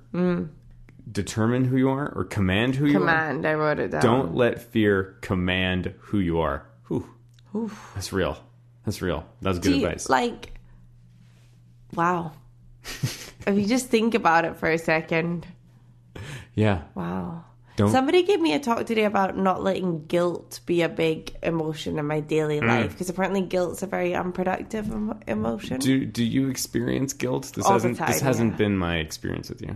[SPEAKER 1] determine who you are or command who you are.
[SPEAKER 2] Mm. Command. I wrote it down.
[SPEAKER 1] Don't let fear command who you are." Whew. That's real. That's real. That's good
[SPEAKER 2] Do you-
[SPEAKER 1] advice.
[SPEAKER 2] Like, wow. if you just think about it for a second,
[SPEAKER 1] yeah.
[SPEAKER 2] wow.
[SPEAKER 1] Don't-
[SPEAKER 2] Somebody gave me a talk today about not letting guilt be a big emotion in my daily
[SPEAKER 1] Mm.
[SPEAKER 2] life because apparently guilt's a very unproductive em- emotion.
[SPEAKER 1] Do do you experience guilt? This
[SPEAKER 2] All the
[SPEAKER 1] hasn't
[SPEAKER 2] time,
[SPEAKER 1] this hasn't
[SPEAKER 2] yeah.
[SPEAKER 1] been my experience with you.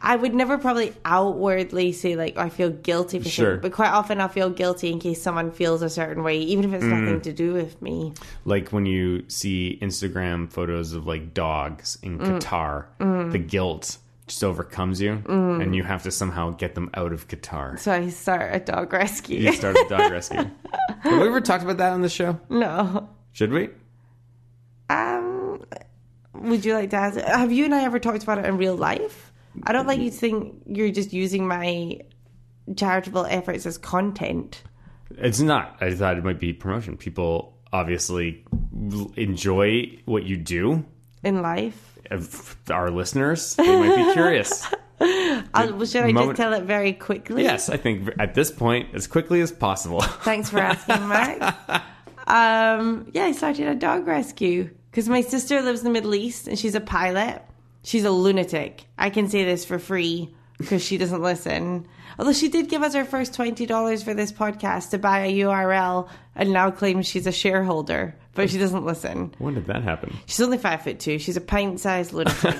[SPEAKER 2] I would never probably outwardly say like I feel guilty for
[SPEAKER 1] Sure.
[SPEAKER 2] sure, but quite often I feel guilty in case someone feels a certain way, even if it's nothing to do with me.
[SPEAKER 1] Like when you see Instagram photos of like dogs in Qatar, the guilt just overcomes you, and you have to somehow get them out of Qatar.
[SPEAKER 2] So I start a dog rescue.
[SPEAKER 1] You start a dog rescue. Have we ever talked about that on the show?
[SPEAKER 2] no.
[SPEAKER 1] Should we?
[SPEAKER 2] Um, would you like to ask? Have you and I ever talked about it in real life? I don't like you to think you're just using my charitable efforts as content.
[SPEAKER 1] It's not. I thought it might be promotion. People obviously l- enjoy what you do.
[SPEAKER 2] In life,
[SPEAKER 1] If Our listeners, they might be curious.
[SPEAKER 2] I'll, well, should I
[SPEAKER 1] moment-
[SPEAKER 2] just tell it very quickly?
[SPEAKER 1] Yes, I think at this point, as quickly as possible.
[SPEAKER 2] Thanks for asking, Mark. um, yeah, I started a dog rescue because my sister lives in the Middle East and she's a pilot. She's a lunatic. I can say this for free because she doesn't listen. Although she did give us her first $20 for this podcast to buy a URL and now claims she's a shareholder, but she doesn't listen.
[SPEAKER 1] When did that happen?
[SPEAKER 2] She's only five foot two. She's a pint sized lunatic.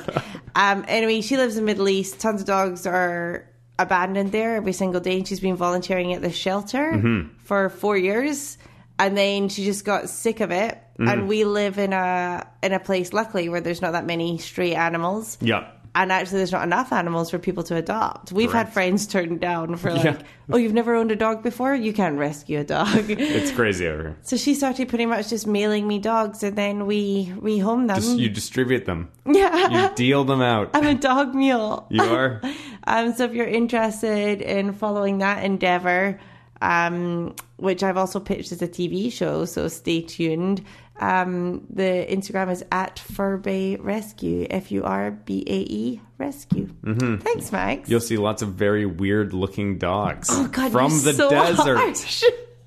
[SPEAKER 2] um, anyway, she lives in the Middle East. Tons of dogs are abandoned there every single day. And she's been volunteering at this shelter
[SPEAKER 1] Mm-hmm.
[SPEAKER 2] for four years. And then she just got sick of it.
[SPEAKER 1] Mm.
[SPEAKER 2] And we live in a in a place, luckily, where there's not that many stray animals.
[SPEAKER 1] Yeah.
[SPEAKER 2] And actually, there's not enough animals for people to adopt. We've
[SPEAKER 1] Correct.
[SPEAKER 2] had friends turned down for like,
[SPEAKER 1] Yeah.
[SPEAKER 2] "Oh, you've never owned a dog before? You can't rescue a dog."
[SPEAKER 1] It's crazy over here.
[SPEAKER 2] so she started pretty much just mailing me dogs, and then we we home them.
[SPEAKER 1] You distribute them.
[SPEAKER 2] Yeah.
[SPEAKER 1] You deal them out.
[SPEAKER 2] I'm a dog mule.
[SPEAKER 1] You are.
[SPEAKER 2] Um, so if you're interested in following that endeavor, um, which I've also pitched as a TV show, so stay tuned. Um, the Instagram is at Furbay Rescue, F U R B A E Rescue.
[SPEAKER 1] Mm-hmm.
[SPEAKER 2] Thanks, Max.
[SPEAKER 1] You'll see lots of very weird looking dogs
[SPEAKER 2] oh, God,
[SPEAKER 1] from
[SPEAKER 2] you're
[SPEAKER 1] the
[SPEAKER 2] so
[SPEAKER 1] desert.
[SPEAKER 2] harsh.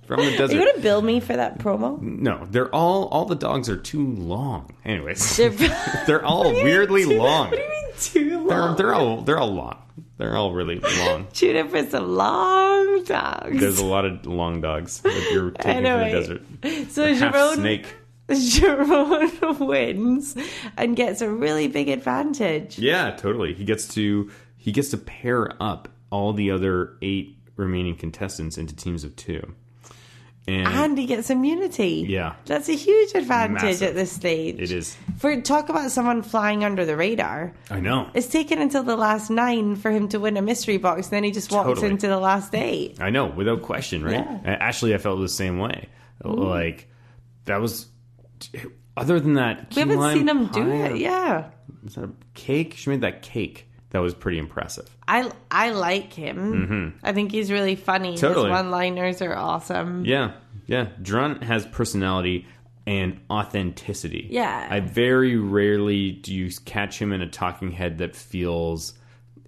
[SPEAKER 1] From the
[SPEAKER 2] Are you
[SPEAKER 1] desert.
[SPEAKER 2] going to bill me for that promo?
[SPEAKER 1] No, they're all all the dogs are too long. Anyways,
[SPEAKER 2] They're-
[SPEAKER 1] they're all Oh, weirdly
[SPEAKER 2] Too-
[SPEAKER 1] long.
[SPEAKER 2] What do you mean too
[SPEAKER 1] They're,
[SPEAKER 2] long?
[SPEAKER 1] they're all they're all long. They're all really long.
[SPEAKER 2] Tune in for some long dogs.
[SPEAKER 1] There's a lot of long dogs that you're taking
[SPEAKER 2] Anyway,
[SPEAKER 1] from the desert.
[SPEAKER 2] so
[SPEAKER 1] Half
[SPEAKER 2] Jerome
[SPEAKER 1] snake.
[SPEAKER 2] Jerome wins and gets a really big advantage.
[SPEAKER 1] Yeah, totally. He gets to he gets to pair up all the other eight remaining contestants into teams of two. And,
[SPEAKER 2] And he gets immunity.
[SPEAKER 1] yeah,
[SPEAKER 2] That's a huge advantage
[SPEAKER 1] Massive.
[SPEAKER 2] at this stage.
[SPEAKER 1] it is.
[SPEAKER 2] For talk about someone flying under the radar.
[SPEAKER 1] I know.
[SPEAKER 2] It's taken until the last nine for him to win a mystery box, and then he just walks
[SPEAKER 1] Totally.
[SPEAKER 2] into the last eight.
[SPEAKER 1] I know, without question, right?
[SPEAKER 2] Yeah. Mm.
[SPEAKER 1] And Actually, I felt the same way. Like that was. Other than that,
[SPEAKER 2] We haven't seen him do it, yeah.
[SPEAKER 1] Is that a cake? She made that cake. That was pretty impressive.
[SPEAKER 2] I, I like him. I think he's really funny.
[SPEAKER 1] Mm-hmm. Totally.
[SPEAKER 2] His one liners are awesome.
[SPEAKER 1] Yeah, yeah. Drunt has personality and authenticity.
[SPEAKER 2] Yeah.
[SPEAKER 1] I very rarely do you catch him in a talking head that feels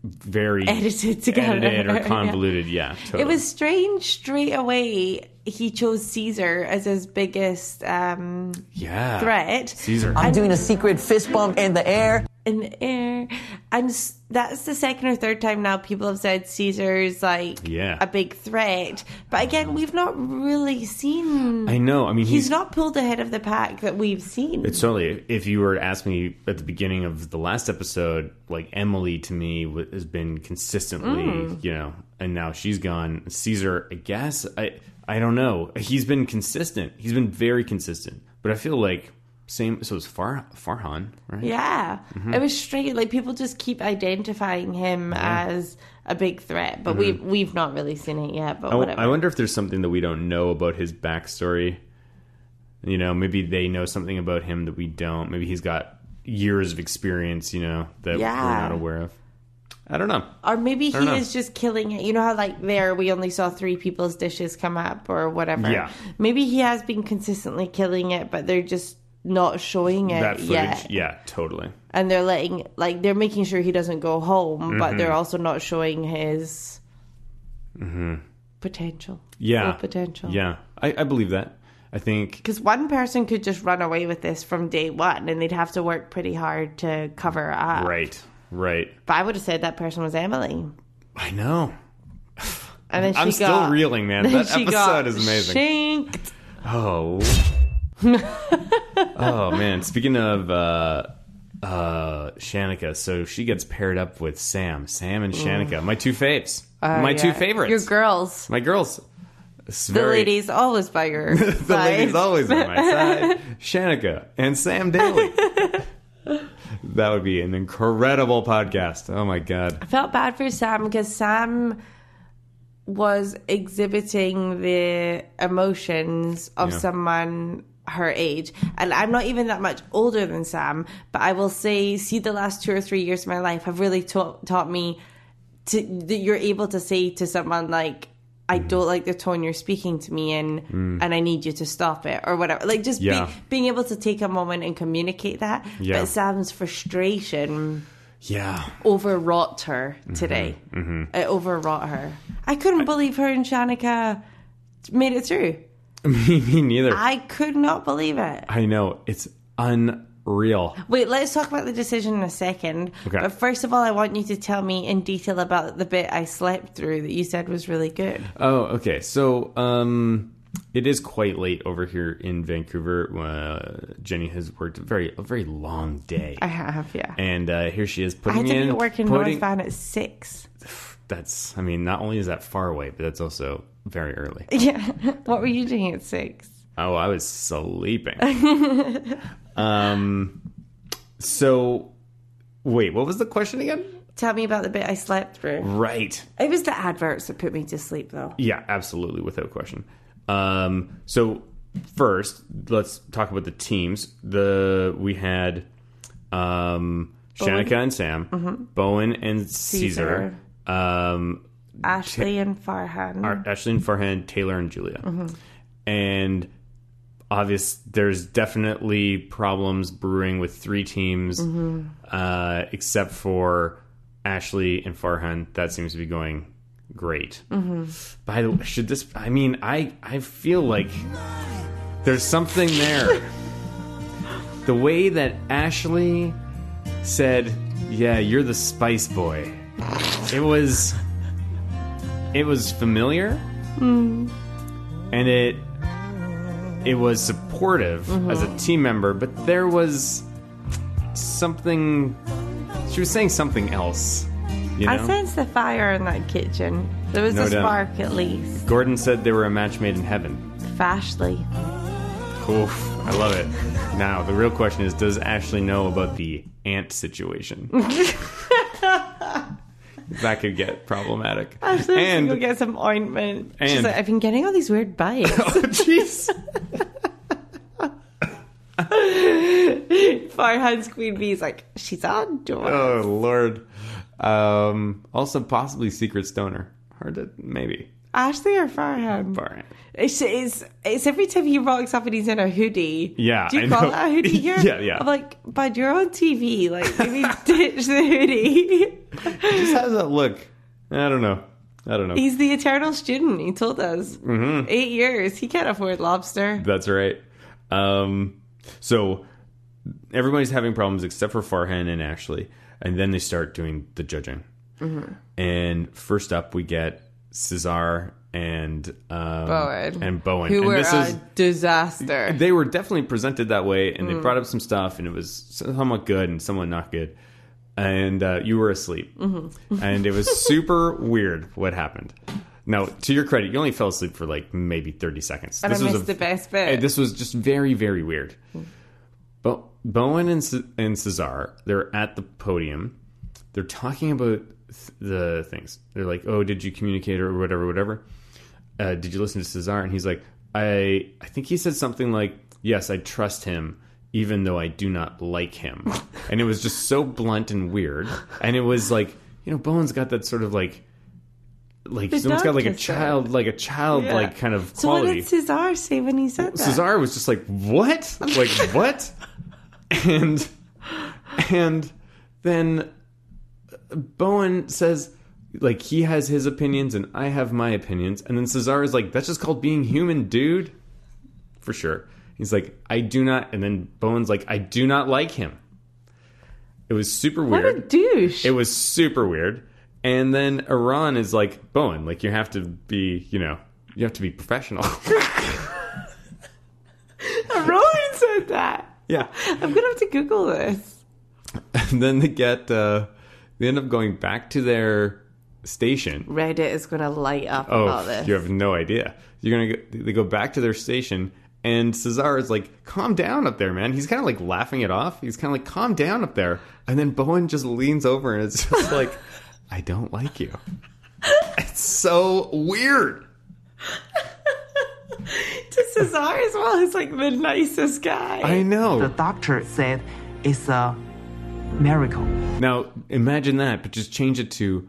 [SPEAKER 1] very
[SPEAKER 2] Edited together.
[SPEAKER 1] edited or
[SPEAKER 2] Yeah.
[SPEAKER 1] convoluted. Yeah, totally.
[SPEAKER 2] It was strange straight away. He chose Caesar as his biggest um,
[SPEAKER 1] yeah.
[SPEAKER 2] threat
[SPEAKER 1] Ah, Caesar.
[SPEAKER 3] I'm doing a secret fist bump in the air.
[SPEAKER 2] in the air. er, And s- that's the second or third time now people have said Caesar's like
[SPEAKER 1] Yeah.
[SPEAKER 2] a big threat. But again, we've not really seen.
[SPEAKER 1] I know. I mean,
[SPEAKER 2] He's not pulled ahead of the pack that we've seen.
[SPEAKER 1] It's totally. If you were to ask me at the beginning of the last episode, like Emily to me wa- has been consistently,
[SPEAKER 2] Mm.
[SPEAKER 1] you know, and now she's gone. Caesar, I guess I, I don't know. He's been consistent. He's been very consistent. But I feel like same. So it's Far Farhan, right?
[SPEAKER 2] Yeah,
[SPEAKER 1] Mm-hmm.
[SPEAKER 2] it was straight. Like people just keep identifying him
[SPEAKER 1] Mm-hmm.
[SPEAKER 2] as a big threat, but we've we've not really seen it yet. But
[SPEAKER 1] I,
[SPEAKER 2] whatever.
[SPEAKER 1] I wonder if there's something that we don't know about his backstory. You know, maybe they know something about him that we don't. Maybe he's got years of experience, you know, that we're
[SPEAKER 2] Yeah.
[SPEAKER 1] not aware of. I don't know.
[SPEAKER 2] Or maybe he
[SPEAKER 1] don't know.
[SPEAKER 2] is just killing it. You know how, like, there we only saw three people's dishes come up or whatever?
[SPEAKER 1] Yeah.
[SPEAKER 2] Maybe he has been consistently killing it, but they're just not showing it
[SPEAKER 1] That footage,
[SPEAKER 2] yet.
[SPEAKER 1] yeah, totally.
[SPEAKER 2] And they're letting, like, they're making sure he doesn't go home, but
[SPEAKER 1] Mm-hmm.
[SPEAKER 2] they're also not showing his
[SPEAKER 1] Mm-hmm.
[SPEAKER 2] potential.
[SPEAKER 1] Yeah,
[SPEAKER 2] Full potential.
[SPEAKER 1] Yeah, I, I believe that. I think
[SPEAKER 2] Because one person could just run away with this from day one and they'd have to work pretty hard to cover up.
[SPEAKER 1] right, right.
[SPEAKER 2] But I would have said that person was Emily.
[SPEAKER 1] I know.
[SPEAKER 2] And then she
[SPEAKER 1] I'm
[SPEAKER 2] got,
[SPEAKER 1] still reeling, man.
[SPEAKER 2] then
[SPEAKER 1] That
[SPEAKER 2] she
[SPEAKER 1] episode
[SPEAKER 2] got
[SPEAKER 1] is amazing.
[SPEAKER 2] shanked.
[SPEAKER 1] Oh. oh man. Speaking of uh uh Shanika, so she gets paired up with Sam. Sam and Shanika. My two faves. my two
[SPEAKER 2] Mm. Uh, Yeah.
[SPEAKER 1] favorites.
[SPEAKER 2] Your girls.
[SPEAKER 1] my girls. It's
[SPEAKER 2] The
[SPEAKER 1] very-
[SPEAKER 2] ladies always by your
[SPEAKER 1] the
[SPEAKER 2] side.
[SPEAKER 1] lady's always on my side. Shanika and Sam Daly. that would be an incredible podcast. Oh my god.
[SPEAKER 2] Felt bad for Sam because Sam was exhibiting the emotions of
[SPEAKER 1] Yeah.
[SPEAKER 2] someone her age. And I'm not even that much older than Sam, but I will say, see, the last two or three years of my life have really taught taught me to, that you're able to say to someone like, I
[SPEAKER 1] Mm.
[SPEAKER 2] don't like the tone you're speaking to me in, and I need you to stop it or whatever. Like just be-
[SPEAKER 1] Yeah.
[SPEAKER 2] being able to take a moment and communicate that.
[SPEAKER 1] Yeah.
[SPEAKER 2] But Sam's frustration
[SPEAKER 1] Yeah.
[SPEAKER 2] overwrought her
[SPEAKER 1] Mm-hmm.
[SPEAKER 2] today. It overwrought her. I couldn't believe her and Shanika made it through.
[SPEAKER 1] Me, me neither. I,
[SPEAKER 2] I could not believe it.
[SPEAKER 1] know. It's unreal.
[SPEAKER 2] Wait, let's talk about the decision in a second.
[SPEAKER 1] Okay.
[SPEAKER 2] But first of all, I want you to tell me in detail about the bit I slept through that you said was really good.
[SPEAKER 1] Oh, okay. So, um, it is quite late over here in Vancouver. Uh, Jenny has worked a very, a very long day,
[SPEAKER 2] I have, yeah.
[SPEAKER 1] and uh, here she is
[SPEAKER 2] I had
[SPEAKER 1] putting
[SPEAKER 2] to
[SPEAKER 1] in
[SPEAKER 2] be at work in
[SPEAKER 1] putting,
[SPEAKER 2] North Van at six.
[SPEAKER 1] That's, I mean, not only is that far away, but that's also very early.
[SPEAKER 2] Yeah. what were you doing at six?
[SPEAKER 1] Oh, I was sleeping. um, so wait, what was the question again?
[SPEAKER 2] Tell me about the bit I slept through.
[SPEAKER 1] Right.
[SPEAKER 2] It was the adverts that put me to sleep, though.
[SPEAKER 1] Yeah, absolutely, without question. Um, so first, let's talk about the teams. The we had um, Shanika and Sam, Bowen and Caesar, um,
[SPEAKER 2] Ashley and Farhan.
[SPEAKER 1] Ar- Ashley and Farhan, Taylor and Julia, and obvious there's definitely problems brewing with three teams, uh, except for Ashley and Farhan. That seems to be going great. By the way, should this? I mean, I I feel like there's something there. the way that Ashley said, "Yeah, you're the Spice Boy," it was it was familiar, and it it was supportive as a team member, but there was something. She was saying something else. You know?
[SPEAKER 2] I sense the fire in that kitchen. There was
[SPEAKER 1] No
[SPEAKER 2] a
[SPEAKER 1] doubt.
[SPEAKER 2] spark, at least.
[SPEAKER 1] Gordon said they were a match made in heaven.
[SPEAKER 2] Fashly.
[SPEAKER 1] Oof, I love it. Now, the real question is does Ashley know about the ant situation? that could get problematic.
[SPEAKER 2] Ashley,
[SPEAKER 1] and
[SPEAKER 2] go get some ointment. She's
[SPEAKER 1] and-
[SPEAKER 2] like, I've been getting all these weird bites.
[SPEAKER 1] oh jeez.
[SPEAKER 2] Farhan's Queen Bee's like, she's on door.
[SPEAKER 1] Oh lord. Um, also possibly secret stoner. Hard to maybe.
[SPEAKER 2] Ashley or Farhan?
[SPEAKER 1] Far.
[SPEAKER 2] It's, it's, it's every time he rocks up and he's in a hoodie.
[SPEAKER 1] Yeah,
[SPEAKER 2] Do you
[SPEAKER 1] I
[SPEAKER 2] call
[SPEAKER 1] know.
[SPEAKER 2] that a hoodie here?
[SPEAKER 1] Yeah, yeah.
[SPEAKER 2] I'm like, bud, you're on TV. Like, maybe ditch the hoodie.
[SPEAKER 1] Just how does that look? I don't know. I don't know.
[SPEAKER 2] He's the eternal student, he told us.
[SPEAKER 1] Mm-hmm.
[SPEAKER 2] Eight years. He can't afford lobster.
[SPEAKER 1] That's right. Um, so everybody's having problems except for Farhan and Ashley, and then they start doing the judging.
[SPEAKER 2] Mm-hmm.
[SPEAKER 1] And first up, we get Cesar and um,
[SPEAKER 2] Bowen.
[SPEAKER 1] and Bowen,
[SPEAKER 2] Who
[SPEAKER 1] and
[SPEAKER 2] were uh,
[SPEAKER 1] this
[SPEAKER 2] a
[SPEAKER 1] is
[SPEAKER 2] disaster.
[SPEAKER 1] they were definitely presented that way, and
[SPEAKER 2] Mm.
[SPEAKER 1] they brought up some stuff, and it was somewhat good and somewhat not good. And uh, you were asleep,
[SPEAKER 2] Mm-hmm.
[SPEAKER 1] and it was super weird what happened. Now, to your credit, you only fell asleep for like maybe thirty seconds.
[SPEAKER 2] and I
[SPEAKER 1] was
[SPEAKER 2] missed the best bit. Hmm.
[SPEAKER 1] Hey, this was just very, very weird. Bo- Bowen and, C- and Cesar, they're at the podium. They're talking about th- the things. They're like, "Oh, did you communicate or whatever, whatever? Uh, did you listen to Cesar?" And he's like, "I, I think he said something like, yes, I trust him, even though I do not like him. And it was just so blunt and weird. And it was like, you know, Bowen's got that sort of like, like
[SPEAKER 2] The
[SPEAKER 1] someone's got like a
[SPEAKER 2] darkness there.
[SPEAKER 1] child, like a child,
[SPEAKER 2] Yeah.
[SPEAKER 1] like kind of
[SPEAKER 2] So what
[SPEAKER 1] quality.
[SPEAKER 2] did Cesar say when he said that?
[SPEAKER 1] Cesar was just like, "What? Like what?" and and then uh, Bowen says like he has his opinions and I have my opinions and then Cesar is like, "That's just called being human, dude." For sure. He's like, "I do not." And then Bowen's like, "I do not like him." It was super
[SPEAKER 2] What
[SPEAKER 1] weird.
[SPEAKER 2] a douche.
[SPEAKER 1] It was super weird. And then Iran is like, Bowen, like you have to be, you know, you have to be professional.
[SPEAKER 2] Rowan said that.
[SPEAKER 1] yeah.
[SPEAKER 2] I'm gonna have to Google this.
[SPEAKER 1] and then they get uh, they end up going back to their station.
[SPEAKER 2] Reddit is gonna light up
[SPEAKER 1] Oh,
[SPEAKER 2] about this.
[SPEAKER 1] you have no idea. You're gonna go, they go back to their station, and Cesar is like, "Calm down up there, man." He's kind of like laughing it off. He's kind of like, "Calm down up there," and then Bowen just leans over and it's just like, "I don't like you." It's so weird.
[SPEAKER 2] To Cesar as well, he's like the nicest guy.
[SPEAKER 1] I know.
[SPEAKER 4] The doctor said it's a miracle.
[SPEAKER 1] Now imagine that, but just change it to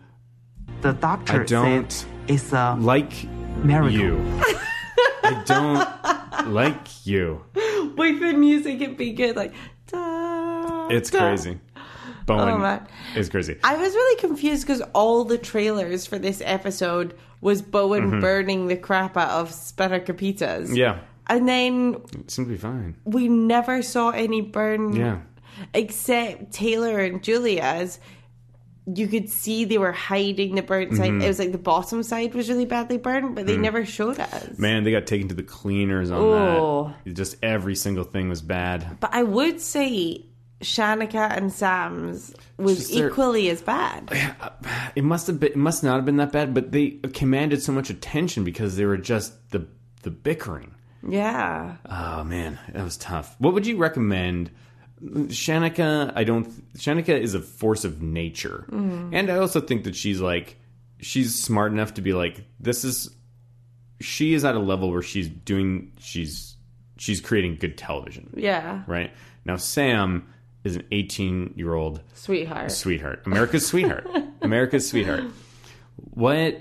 [SPEAKER 4] The doctor
[SPEAKER 1] don't
[SPEAKER 4] said it's a
[SPEAKER 1] like
[SPEAKER 4] miracle.
[SPEAKER 1] you. I don't like you.
[SPEAKER 2] With the music, it'd be good. Like, da,
[SPEAKER 1] It's
[SPEAKER 2] da.
[SPEAKER 1] crazy. Bowen
[SPEAKER 2] Oh, man.
[SPEAKER 1] is crazy.
[SPEAKER 2] I was really confused because all the trailers for this episode was Bowen burning the crap out of Spitter Capitas.
[SPEAKER 1] Mm-hmm. yeah,
[SPEAKER 2] And then
[SPEAKER 1] it seemed to be fine.
[SPEAKER 2] we never saw any burn
[SPEAKER 1] Yeah,
[SPEAKER 2] except Taylor and Julia's, you could see they were hiding the burnt side.
[SPEAKER 1] Mm-hmm.
[SPEAKER 2] It was like the bottom side was really badly burned, but they never showed us.
[SPEAKER 1] man, they got taken to the cleaners on
[SPEAKER 2] Oh.
[SPEAKER 1] that. Just every single thing was bad.
[SPEAKER 2] But I would say Shanika and Sam's was
[SPEAKER 1] Just their-
[SPEAKER 2] equally as bad.
[SPEAKER 1] It must have been. It must not have been that bad, but they commanded so much attention because they were just the the bickering.
[SPEAKER 2] Yeah.
[SPEAKER 1] Oh man, that was tough. What would you recommend? Shanika, I don't. Shanika is a force of nature, and I also think that she's like, she's smart enough to be like, this is. She is at a level where she's doing. She's she's creating good television,
[SPEAKER 2] Yeah.
[SPEAKER 1] right now. Sam is an eighteen-year-old
[SPEAKER 2] Sweetheart.
[SPEAKER 1] sweetheart, America's sweetheart, America's sweetheart. What?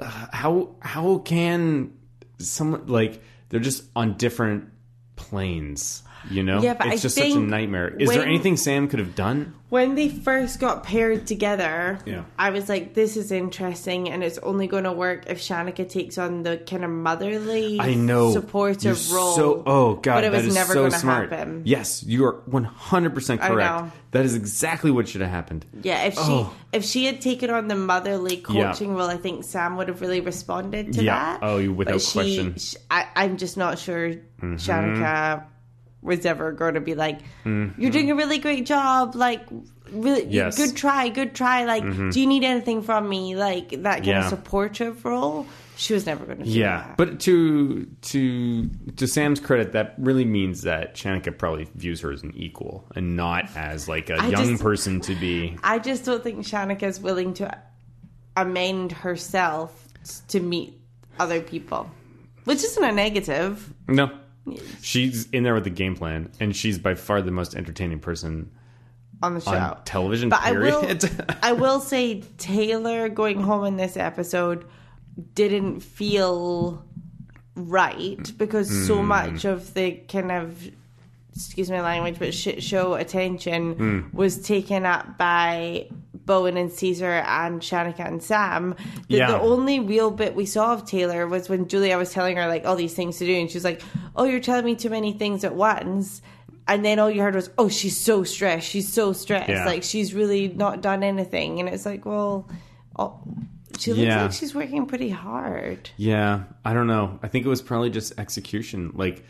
[SPEAKER 1] uh, How how can someone like they're just on different planes? You know,
[SPEAKER 2] Yeah, but
[SPEAKER 1] it's
[SPEAKER 2] I
[SPEAKER 1] just such a
[SPEAKER 2] think
[SPEAKER 1] nightmare. Is there
[SPEAKER 2] when-
[SPEAKER 1] anything Sam could have done?
[SPEAKER 2] when they first got paired together,
[SPEAKER 1] Yeah.
[SPEAKER 2] I was like, this is interesting, and it's only going to work if Shanika takes on the kind of motherly
[SPEAKER 1] I know
[SPEAKER 2] supporter
[SPEAKER 1] You're
[SPEAKER 2] role.
[SPEAKER 1] So, oh god,
[SPEAKER 2] But it
[SPEAKER 1] that
[SPEAKER 2] was
[SPEAKER 1] is
[SPEAKER 2] never
[SPEAKER 1] so
[SPEAKER 2] going to
[SPEAKER 1] smart.
[SPEAKER 2] happen.
[SPEAKER 1] Yes, you are one hundred percent
[SPEAKER 2] I
[SPEAKER 1] correct.
[SPEAKER 2] know.
[SPEAKER 1] That is exactly what should have happened.
[SPEAKER 2] Yeah, if she
[SPEAKER 1] Oh.
[SPEAKER 2] if she had taken on the motherly
[SPEAKER 1] Yeah.
[SPEAKER 2] coaching role, I think Sam would have really responded to
[SPEAKER 1] Yeah.
[SPEAKER 2] that.
[SPEAKER 1] Oh, you- without
[SPEAKER 2] But she-
[SPEAKER 1] question. Mm-hmm.
[SPEAKER 2] sh- I, I'm just not sure Shanika was ever going to be like, "You're doing a really great job." Like, really,
[SPEAKER 1] Mm-hmm. Yes. Mm-hmm.
[SPEAKER 2] good try, good try. Like, do you need anything from me? Like that kind
[SPEAKER 1] Yeah.
[SPEAKER 2] of supportive role. She was never going to. Do
[SPEAKER 1] Yeah,
[SPEAKER 2] that.
[SPEAKER 1] but to to to Sam's credit, that really means that Shanika probably views her as an equal and not as like a
[SPEAKER 2] I
[SPEAKER 1] young
[SPEAKER 2] just-
[SPEAKER 1] person to be.
[SPEAKER 2] I just don't think Shanika is willing to amend herself to meet other people, which isn't a negative.
[SPEAKER 1] No, she's in there with the game plan, and she's by far the most entertaining person
[SPEAKER 2] on the show.
[SPEAKER 1] on television.
[SPEAKER 2] but I will,
[SPEAKER 1] period.
[SPEAKER 2] I will say Taylor going home in this episode didn't feel right because so
[SPEAKER 1] Hmm.
[SPEAKER 2] much of the kind of excuse my language but shit show attention
[SPEAKER 1] Hmm.
[SPEAKER 2] was taken up by Bowen and Caesar and Shanika and Sam. That
[SPEAKER 1] Yeah.
[SPEAKER 2] The only real bit we saw of Taylor was when Julia was telling her like all these things to do and she was like, "Oh, you're telling me too many things at once." And then all you heard was, "Oh, she's so stressed. She's so stressed.
[SPEAKER 1] Yeah.
[SPEAKER 2] Like she's really not done anything." And it's like, "Well, oh, she looks
[SPEAKER 1] Yeah.
[SPEAKER 2] like she's working pretty hard."
[SPEAKER 1] yeah, I don't know. I think it was probably just execution, like.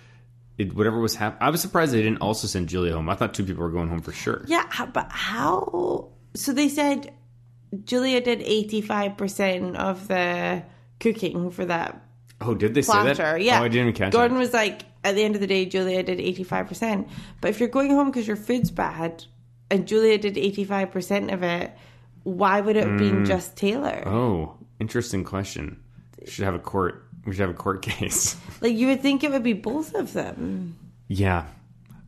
[SPEAKER 1] It, whatever was happening, I was surprised they didn't also send Julia home. I thought two people were going home for sure.
[SPEAKER 2] Yeah, h- but how? So they said Julia did eighty five percent of the cooking for that
[SPEAKER 1] Oh, did they
[SPEAKER 2] platter.
[SPEAKER 1] say that?
[SPEAKER 2] Yeah,
[SPEAKER 1] Oh, I didn't even catch
[SPEAKER 2] Gordon
[SPEAKER 1] that.
[SPEAKER 2] was like, at the end of the day, Julia did eighty five percent. But if you're going home because your food's bad, and Julia did eighty five percent of it, why would it have been just Taylor?
[SPEAKER 1] Hmm. Oh, interesting question. We should have a court. We should have a court case.
[SPEAKER 2] Like you would think it would be both of them.
[SPEAKER 1] Yeah,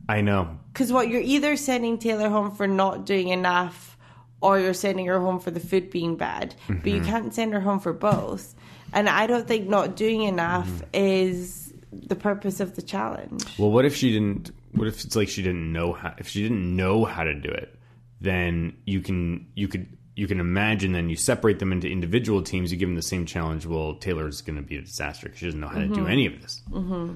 [SPEAKER 1] I know.
[SPEAKER 2] Because what you're either sending Taylor home for not doing enough, or you're sending her home for the food being bad. But
[SPEAKER 1] Mm-hmm.
[SPEAKER 2] you can't send her home for both. And I don't think not doing enough
[SPEAKER 1] Mm-hmm.
[SPEAKER 2] is the purpose of the challenge.
[SPEAKER 1] Well, what if she didn't? What if it's like she didn't know how? If she didn't know how to do it, then you can you could you can imagine. Then you separate them into individual teams. You give them the same challenge. Well, Taylor's going to be a disaster because she doesn't know how to do any of this. Mm-hmm.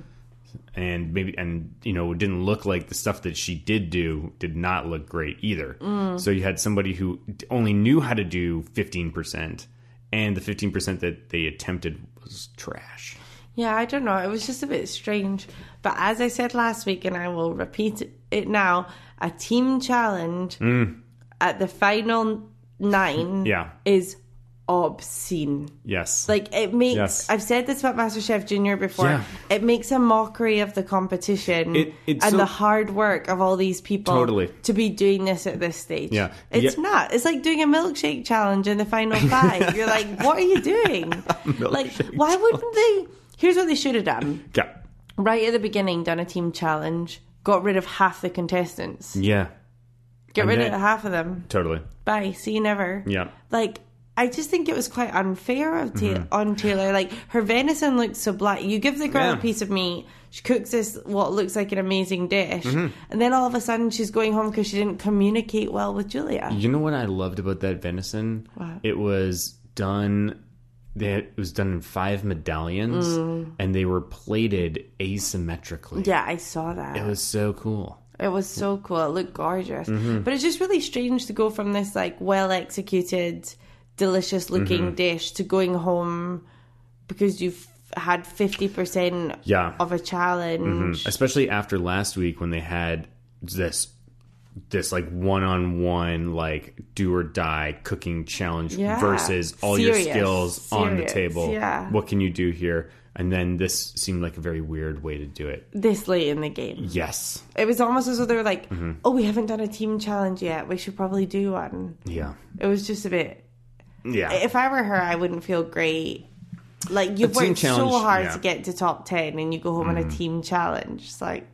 [SPEAKER 1] And maybe and you know it didn't look like the stuff that she did do did not look great either. So you had somebody who only knew how to do fifteen percent, and the fifteen percent that they attempted was trash.
[SPEAKER 2] Yeah, I don't know. It was just a bit strange. But as I said last week, and I will repeat it now a team challenge at the final nine
[SPEAKER 1] Yeah.
[SPEAKER 2] is obscene.
[SPEAKER 1] Yes.
[SPEAKER 2] Like it makes
[SPEAKER 1] Yes.
[SPEAKER 2] I've said this about MasterChef Junior before.
[SPEAKER 1] Yeah.
[SPEAKER 2] It makes a mockery of the competition
[SPEAKER 1] It- it's
[SPEAKER 2] and
[SPEAKER 1] so-
[SPEAKER 2] the hard work of all these people
[SPEAKER 1] Totally.
[SPEAKER 2] to be doing this at this stage.
[SPEAKER 1] Yeah.
[SPEAKER 2] It's
[SPEAKER 1] Yeah.
[SPEAKER 2] not. It's like doing a milkshake challenge in the final five. You're like, what are you doing? like
[SPEAKER 1] milkshake
[SPEAKER 2] why wouldn't they here's what they should have done.
[SPEAKER 1] yeah.
[SPEAKER 2] Right at the beginning, done a team challenge, got rid of half the contestants.
[SPEAKER 1] Yeah.
[SPEAKER 2] Get
[SPEAKER 1] and
[SPEAKER 2] rid
[SPEAKER 1] then-
[SPEAKER 2] of half of them.
[SPEAKER 1] Totally.
[SPEAKER 2] Bye. See you never.
[SPEAKER 1] Yeah.
[SPEAKER 2] like I just think it was quite unfair of Ta- on Taylor. Like her venison looks so black. You give the girl
[SPEAKER 1] Mm-hmm. Yeah.
[SPEAKER 2] a piece of meat. She cooks this what looks like an amazing dish,
[SPEAKER 1] Mm-hmm.
[SPEAKER 2] and then all of a sudden she's going home because she didn't communicate well with Julia.
[SPEAKER 1] You know what I loved about that venison?
[SPEAKER 2] What?
[SPEAKER 1] It was done. They had, it was done in five medallions, and they were plated asymmetrically.
[SPEAKER 2] Mm. Yeah, I saw that.
[SPEAKER 1] It was so cool.
[SPEAKER 2] It was so cool. It looked gorgeous.
[SPEAKER 1] Mm-hmm.
[SPEAKER 2] But it's just really strange to go from this like well executed, delicious looking
[SPEAKER 1] Mm-hmm.
[SPEAKER 2] dish to going home because you've had fifty percent
[SPEAKER 1] Yeah. Mm-hmm.
[SPEAKER 2] of a challenge.
[SPEAKER 1] Especially after last week when they had this this like one-on-one like do or die cooking challenge
[SPEAKER 2] Yeah.
[SPEAKER 1] versus all
[SPEAKER 2] Serious.
[SPEAKER 1] your skills on the
[SPEAKER 2] Serious,
[SPEAKER 1] table.
[SPEAKER 2] yeah.
[SPEAKER 1] What can you do here? And then this seemed like a very weird way to do it.
[SPEAKER 2] This late in the game.
[SPEAKER 1] Yes.
[SPEAKER 2] It was almost as though they were like,
[SPEAKER 1] Mm-hmm.
[SPEAKER 2] "Oh, we haven't done a team challenge yet. We should probably do one."
[SPEAKER 1] Yeah.
[SPEAKER 2] It was just a bit.
[SPEAKER 1] Yeah.
[SPEAKER 2] If I were her, I wouldn't feel great. Like you've
[SPEAKER 1] A team
[SPEAKER 2] worked so
[SPEAKER 1] challenge,
[SPEAKER 2] hard
[SPEAKER 1] yeah. Mm.
[SPEAKER 2] to get to top ten, and you go home on a team challenge. It's like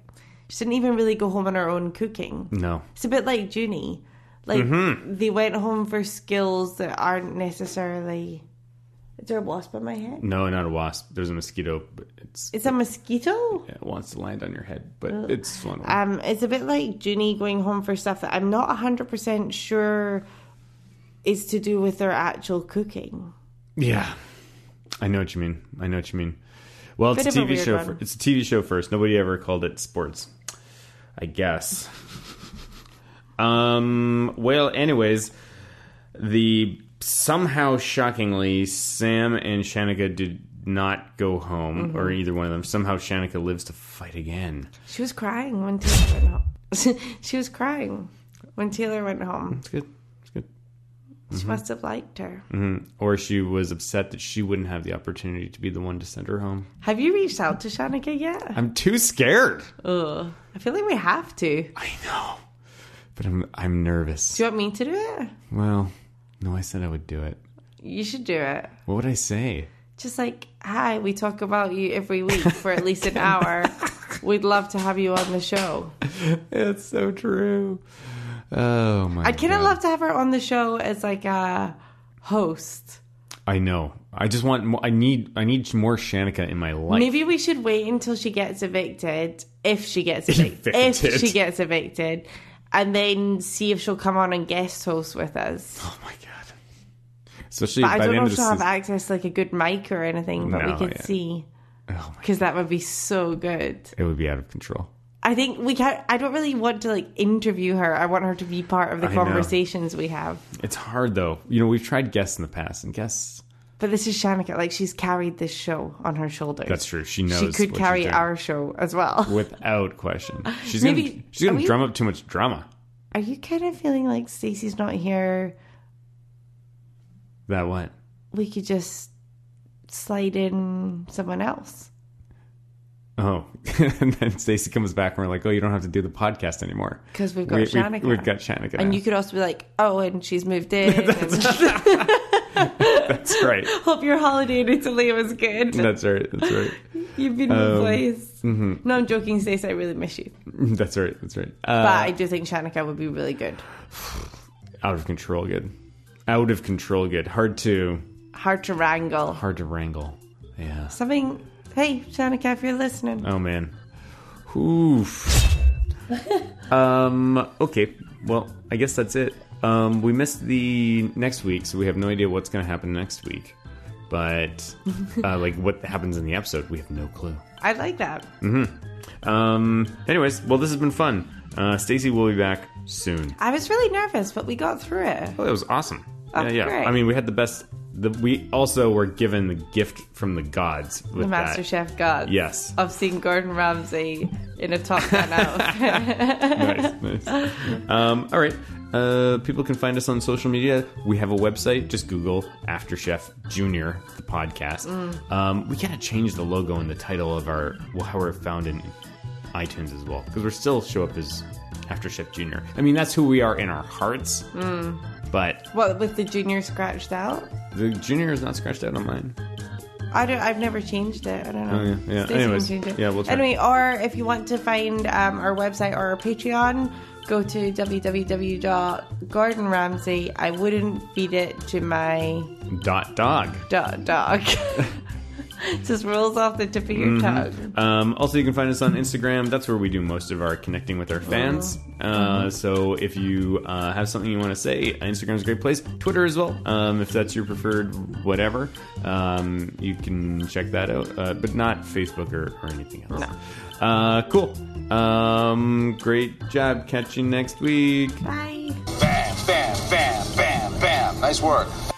[SPEAKER 2] she didn't even really go home on her own cooking.
[SPEAKER 1] no.
[SPEAKER 2] It's a bit like Junie. Like
[SPEAKER 1] Mm-hmm.
[SPEAKER 2] they went home for skills that aren't necessarily. Is there a wasp on my head?
[SPEAKER 1] No, not a wasp. There's a mosquito. But it's
[SPEAKER 2] It's a mosquito.
[SPEAKER 1] it wants to land on your head, but it's one.
[SPEAKER 2] um, it's a bit like Junie going home for stuff that I'm not 100% sure is to do with their actual cooking.
[SPEAKER 1] yeah, I know what you mean. I know what you mean. Well, it's
[SPEAKER 2] Bit
[SPEAKER 1] a
[SPEAKER 2] of a
[SPEAKER 1] TV
[SPEAKER 2] weird
[SPEAKER 1] show.
[SPEAKER 2] one.
[SPEAKER 1] fir- it's a TV show first. Nobody ever called it sports. I guess. Um. Well, anyways, the somehow shockingly, Sam and Shanika did not go home, or
[SPEAKER 2] Mm-hmm.
[SPEAKER 1] either one of them. Somehow, Shanika lives to fight again.
[SPEAKER 2] She was crying when Taylor went home. she was crying when Taylor went home.
[SPEAKER 1] It's good. It's good.
[SPEAKER 2] She must have liked her.
[SPEAKER 1] Or she was upset that she wouldn't have the opportunity to be the one to send her home.
[SPEAKER 2] Have you reached out to Shanika yet?
[SPEAKER 1] I'm too scared.
[SPEAKER 2] Ugh. I feel like we have to. Do
[SPEAKER 1] I know, but I'm I'm nervous.
[SPEAKER 2] you want me to do it?
[SPEAKER 1] Well, no, I said I would do it.
[SPEAKER 2] You should do it.
[SPEAKER 1] What would I say?
[SPEAKER 2] Just like, hi, we talk about you every week for at least an hour. We'd love to have you on the show.
[SPEAKER 1] It's so true. Oh my!
[SPEAKER 2] I'd kind of love to have her on the show as like a host.
[SPEAKER 1] I know. I just want. More, I need. I need more Shanika in my life.
[SPEAKER 2] Maybe we should wait until she gets evicted, if she gets evicted, if
[SPEAKER 1] Evicted.
[SPEAKER 2] she gets evicted, and then see if she'll come on and guest host with us.
[SPEAKER 1] Oh my god! Especially
[SPEAKER 2] I
[SPEAKER 1] by
[SPEAKER 2] don't
[SPEAKER 1] the
[SPEAKER 2] know
[SPEAKER 1] end
[SPEAKER 2] if
[SPEAKER 1] of the
[SPEAKER 2] she'll have
[SPEAKER 1] season.
[SPEAKER 2] access to like a good mic or anything, but
[SPEAKER 1] No,
[SPEAKER 2] we could
[SPEAKER 1] yeah.
[SPEAKER 2] see
[SPEAKER 1] oh my,
[SPEAKER 2] because that would be so good.
[SPEAKER 1] it would be out of control.
[SPEAKER 2] I think we can. I don't really want to like interview her. I want her to be part of the
[SPEAKER 1] I know.
[SPEAKER 2] conversations we have.
[SPEAKER 1] It's hard though. You know, we've tried guests in the past, and guests.
[SPEAKER 2] But this is Shanika. Like she's carried this show on her shoulders.
[SPEAKER 1] That's true. She knows.
[SPEAKER 2] She could
[SPEAKER 1] what she's
[SPEAKER 2] carry
[SPEAKER 1] doing.
[SPEAKER 2] our show as well.
[SPEAKER 1] without question. She's
[SPEAKER 2] Uh, Maybe-
[SPEAKER 1] gonna she's gonna
[SPEAKER 2] are we-
[SPEAKER 1] drum up too much drama.
[SPEAKER 2] Are you kind of feeling like Stacey's not here?
[SPEAKER 1] That what?
[SPEAKER 2] we could just slide in someone else.
[SPEAKER 1] Oh, and then Stacey comes back and we're like, oh, you don't have to do the podcast anymore
[SPEAKER 2] 'Cause we've got
[SPEAKER 1] we,
[SPEAKER 2] Shanika.
[SPEAKER 1] We've, we've got Shanika.
[SPEAKER 2] And
[SPEAKER 1] now.
[SPEAKER 2] you could also be like, oh, and she's moved in. and
[SPEAKER 1] That's right.
[SPEAKER 2] hope your holiday in Italy was good.
[SPEAKER 1] That's right. That's right.
[SPEAKER 2] You've been
[SPEAKER 1] Um,
[SPEAKER 2] replaced.
[SPEAKER 1] mm-hmm.
[SPEAKER 2] No, I'm joking, Stace. I really miss you.
[SPEAKER 1] that's right. That's right. Uh,
[SPEAKER 2] But I do think Shanika would be really good.
[SPEAKER 1] out of control. Good. Out of control. Good. Hard to
[SPEAKER 2] Hard to wrangle.
[SPEAKER 1] hard to wrangle. Yeah.
[SPEAKER 2] Something. Hey, Shanika, if you're listening,
[SPEAKER 1] Oh man. Oof. um. Okay. Well, I guess that's it. Um, we missed the next week, so we have no idea what's going to happen next week. But uh, like, what happens in the episode, we have no clue.
[SPEAKER 2] I like that.
[SPEAKER 1] Um. Anyways, well, this has been fun. Uh, Stacy will be back soon.
[SPEAKER 2] I was really nervous, but we got through it.
[SPEAKER 1] Oh, that was awesome.
[SPEAKER 2] Oh,
[SPEAKER 1] yeah, yeah.
[SPEAKER 2] great.
[SPEAKER 1] I mean, we had the best. The, we also were given the gift from the gods with
[SPEAKER 2] The
[SPEAKER 1] that.
[SPEAKER 2] Master Chef God.
[SPEAKER 1] Yes.
[SPEAKER 2] I've seen Gordon Ramsay in a top gun outfit.
[SPEAKER 1] nice, nice. Um, all right. Uh, people can find us on social media. We have a website. Just Google After Chef Junior, the podcast. Um, we gotta change the logo and the title of our well, how we're found in iTunes as well because we're still show up as After Chef Junior. I mean, that's who we are in our hearts. But
[SPEAKER 2] what with the junior scratched out?
[SPEAKER 1] the Junior is not scratched out on mine.
[SPEAKER 2] I don't. I've never changed it. I don't know.
[SPEAKER 1] Oh, yeah, yeah.
[SPEAKER 2] Stacey can
[SPEAKER 1] Anyways,
[SPEAKER 2] change it.
[SPEAKER 1] yeah, we'll try.
[SPEAKER 2] Anyway, or if you want to find um, our website or our Patreon, go to www.gordonramsay. I wouldn't feed it to my
[SPEAKER 1] Dot dog.
[SPEAKER 2] dog. dog. It Just rolls off the tip of your tongue.
[SPEAKER 1] Um, also, you can find us on Instagram. That's where we do most of our connecting with our fans. Uh, so if you uh, have something you want to say, Instagram's a great place. Twitter as well, um, if that's your preferred whatever. Um, you can check that out, uh, but not Facebook or, or anything else. No. Uh, cool. Um, great job. Catch you next week.
[SPEAKER 2] Bye.
[SPEAKER 5] Bam, bam, bam, bam, bam. Nice work.